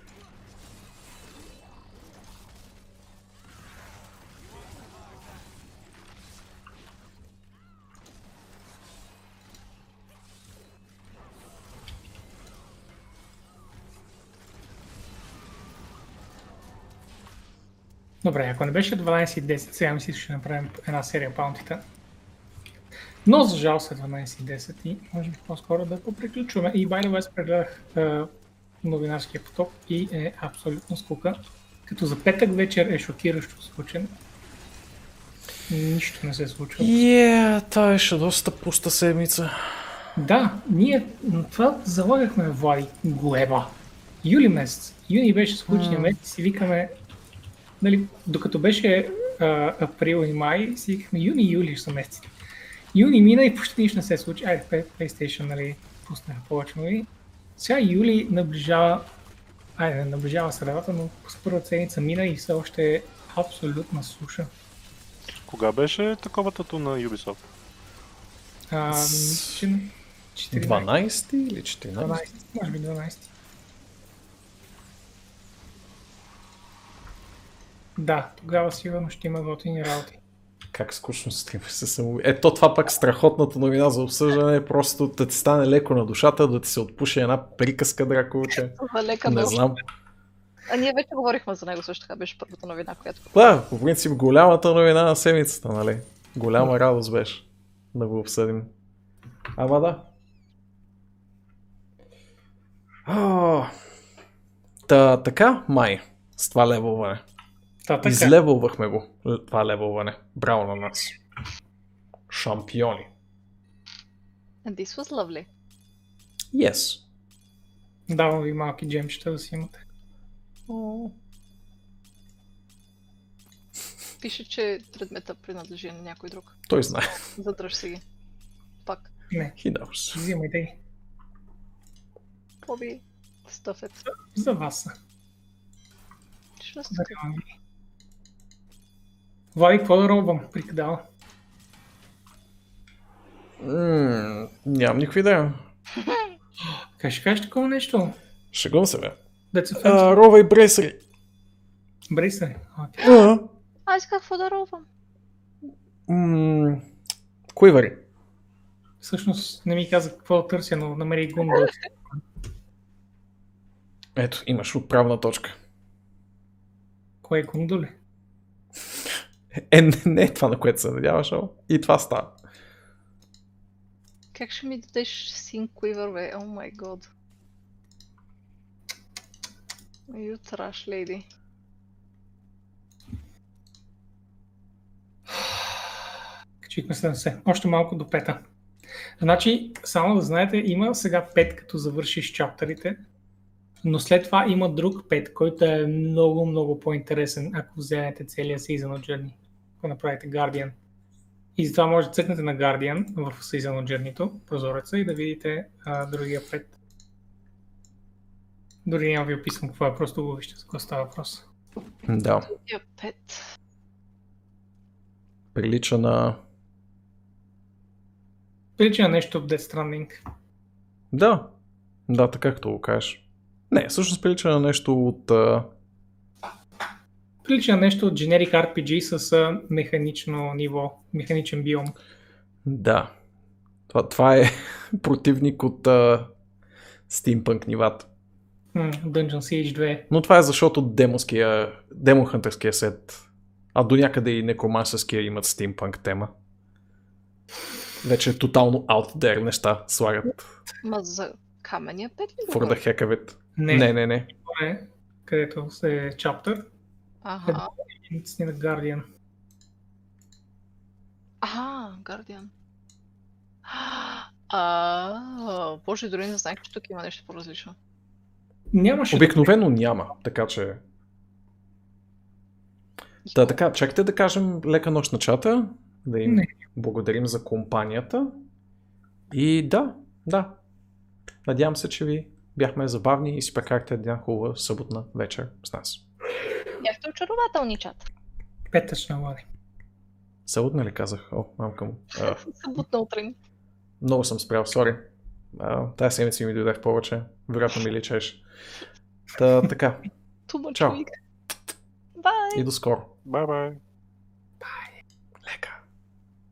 C: Добре, ако не беше 12 и 10, сега мисля, че ще направим една серия паунтита. Но за жал са 12 и 10 и можем по-скоро да поприключваме. И by the way, аз прегледах е, новинарския поток и е абсолютно скука. Като за петък вечер е шокиращо скучен. Нищо не се случва.
A: Yeah, това беше е доста пуста седмица.
C: Да, ние на това залагахме Влади Глеба. Юли месец. Юни беше скучния месец и викаме, нали, докато беше а, април и май, си викахме юни и юли ще са месеците. Юни мина и почти нищо не се случи. Айде, Play- PlayStation, нали, пуснаха повече новини. Сега юли наближава, айде, не наближава средата, но с първата седмица мина и все още е абсолютна суша.
D: Кога беше такова тато на Ubisoft?
C: А,
A: С-
C: мисля, че на 14.
A: 12 или 14?
C: 12, може би 12. Да, тогава сигурно ще има готини работи.
A: Как скучно стрима се само. Ето това пак страхотната новина за обсъждане е просто да ти стане леко на душата, да ти се отпуши една приказка, Драковиче.
B: за е лека
A: Не
B: нощ.
A: знам.
B: А ние вече говорихме за него също така, беше първата новина, която...
A: Да, по принцип голямата новина на седмицата, нали? Голяма радост беше да го обсъдим. Ама да. А, Та, така, май, с това левелване.
C: Та, така.
A: Излевелвахме го, л- това левелване. Браво на нас. Шампиони.
B: And this was lovely.
A: Yes.
C: Давам ви малки джемчета да си имате.
B: Пише, че предмета принадлежи на някой друг.
A: Той знае.
B: Задръж си ги. Пак.
C: Не,
A: He knows.
C: взимайте ги.
B: Поби, стъфет.
C: За вас са.
B: Ще стъфет.
C: Дарявам ги. Влади, какво да робвам? Прикадава.
A: М, нямам никаква идея.
C: Как ще кажеш такова нещо?
A: Шегувам се, бе.
C: Деца фенс.
A: А, рова и бресри.
C: Брисър. Окей.
A: А,
B: Аз какво да робвам?
A: м, Куивари.
C: Всъщност не ми каза какво да търся, но намери гумба.
A: Ето, имаш отправна точка.
C: Кое е гундоле?
A: Е, не, не е това, на което се надяваш, ама и това става.
B: Как ще ми дадеш син Куивър, бе? О май год. You trash lady.
C: Качихме 70. Още малко до пета. Значи, само да знаете, има сега пет, като завършиш чаптерите, но след това има друг пет, който е много, много по-интересен, ако вземете целия Season of Journey, ако направите Guardian. И затова може да цъкнете на Guardian в Season of Journey-то, прозореца, и да видите а, другия пет. Дори няма ви описвам какво е, просто го вижте за какво става въпрос.
A: Да,
B: Я пет.
A: прилича на...
C: Прилича на нещо от Death Stranding.
A: Да, да, така като го кажеш. Не, всъщност прилича на нещо от... а,
C: Прилича на нещо от Generic RPG с а, механично ниво, механичен биом.
A: Да, това, това е противник от а... стимпънк нивата.
C: М, Dungeon Siege 2.
A: Но това е защото демоския, демохантърския сет, а до някъде и некромансърския имат стимпанк тема. Вече е тотално out there неща слагат
B: Ма за камъня пет ли
A: for
B: говорим?
A: the heck of it.
C: Не,
A: Не, не, не. не.
C: това е, където се е чаптър.
B: Аха.
C: Снимат Guardian.
B: Аха, Guardian. А, боже, дори не знаех, че тук има нещо по-различно.
C: Нямаше.
A: Обикновено няма, така че... Да, така, чакайте да кажем лека нощ на чата, да им
C: Не.
A: благодарим за компанията. И да, да. Надявам се, че ви бяхме забавни и си прекарахте една хубава съботна вечер с нас.
B: Бяхте очарователни чат.
C: Петъчна Влади.
A: Съботна ли нали, казах? О, мамка му. А,
B: Събутна утрин.
A: много съм спрял, сори. А, Тая седмица ми дойде в повече. Вероятно ми личеш. Та, така.
B: Too much
A: Чао.
B: week. Bye!
A: И до скоро.
D: Бай-бай!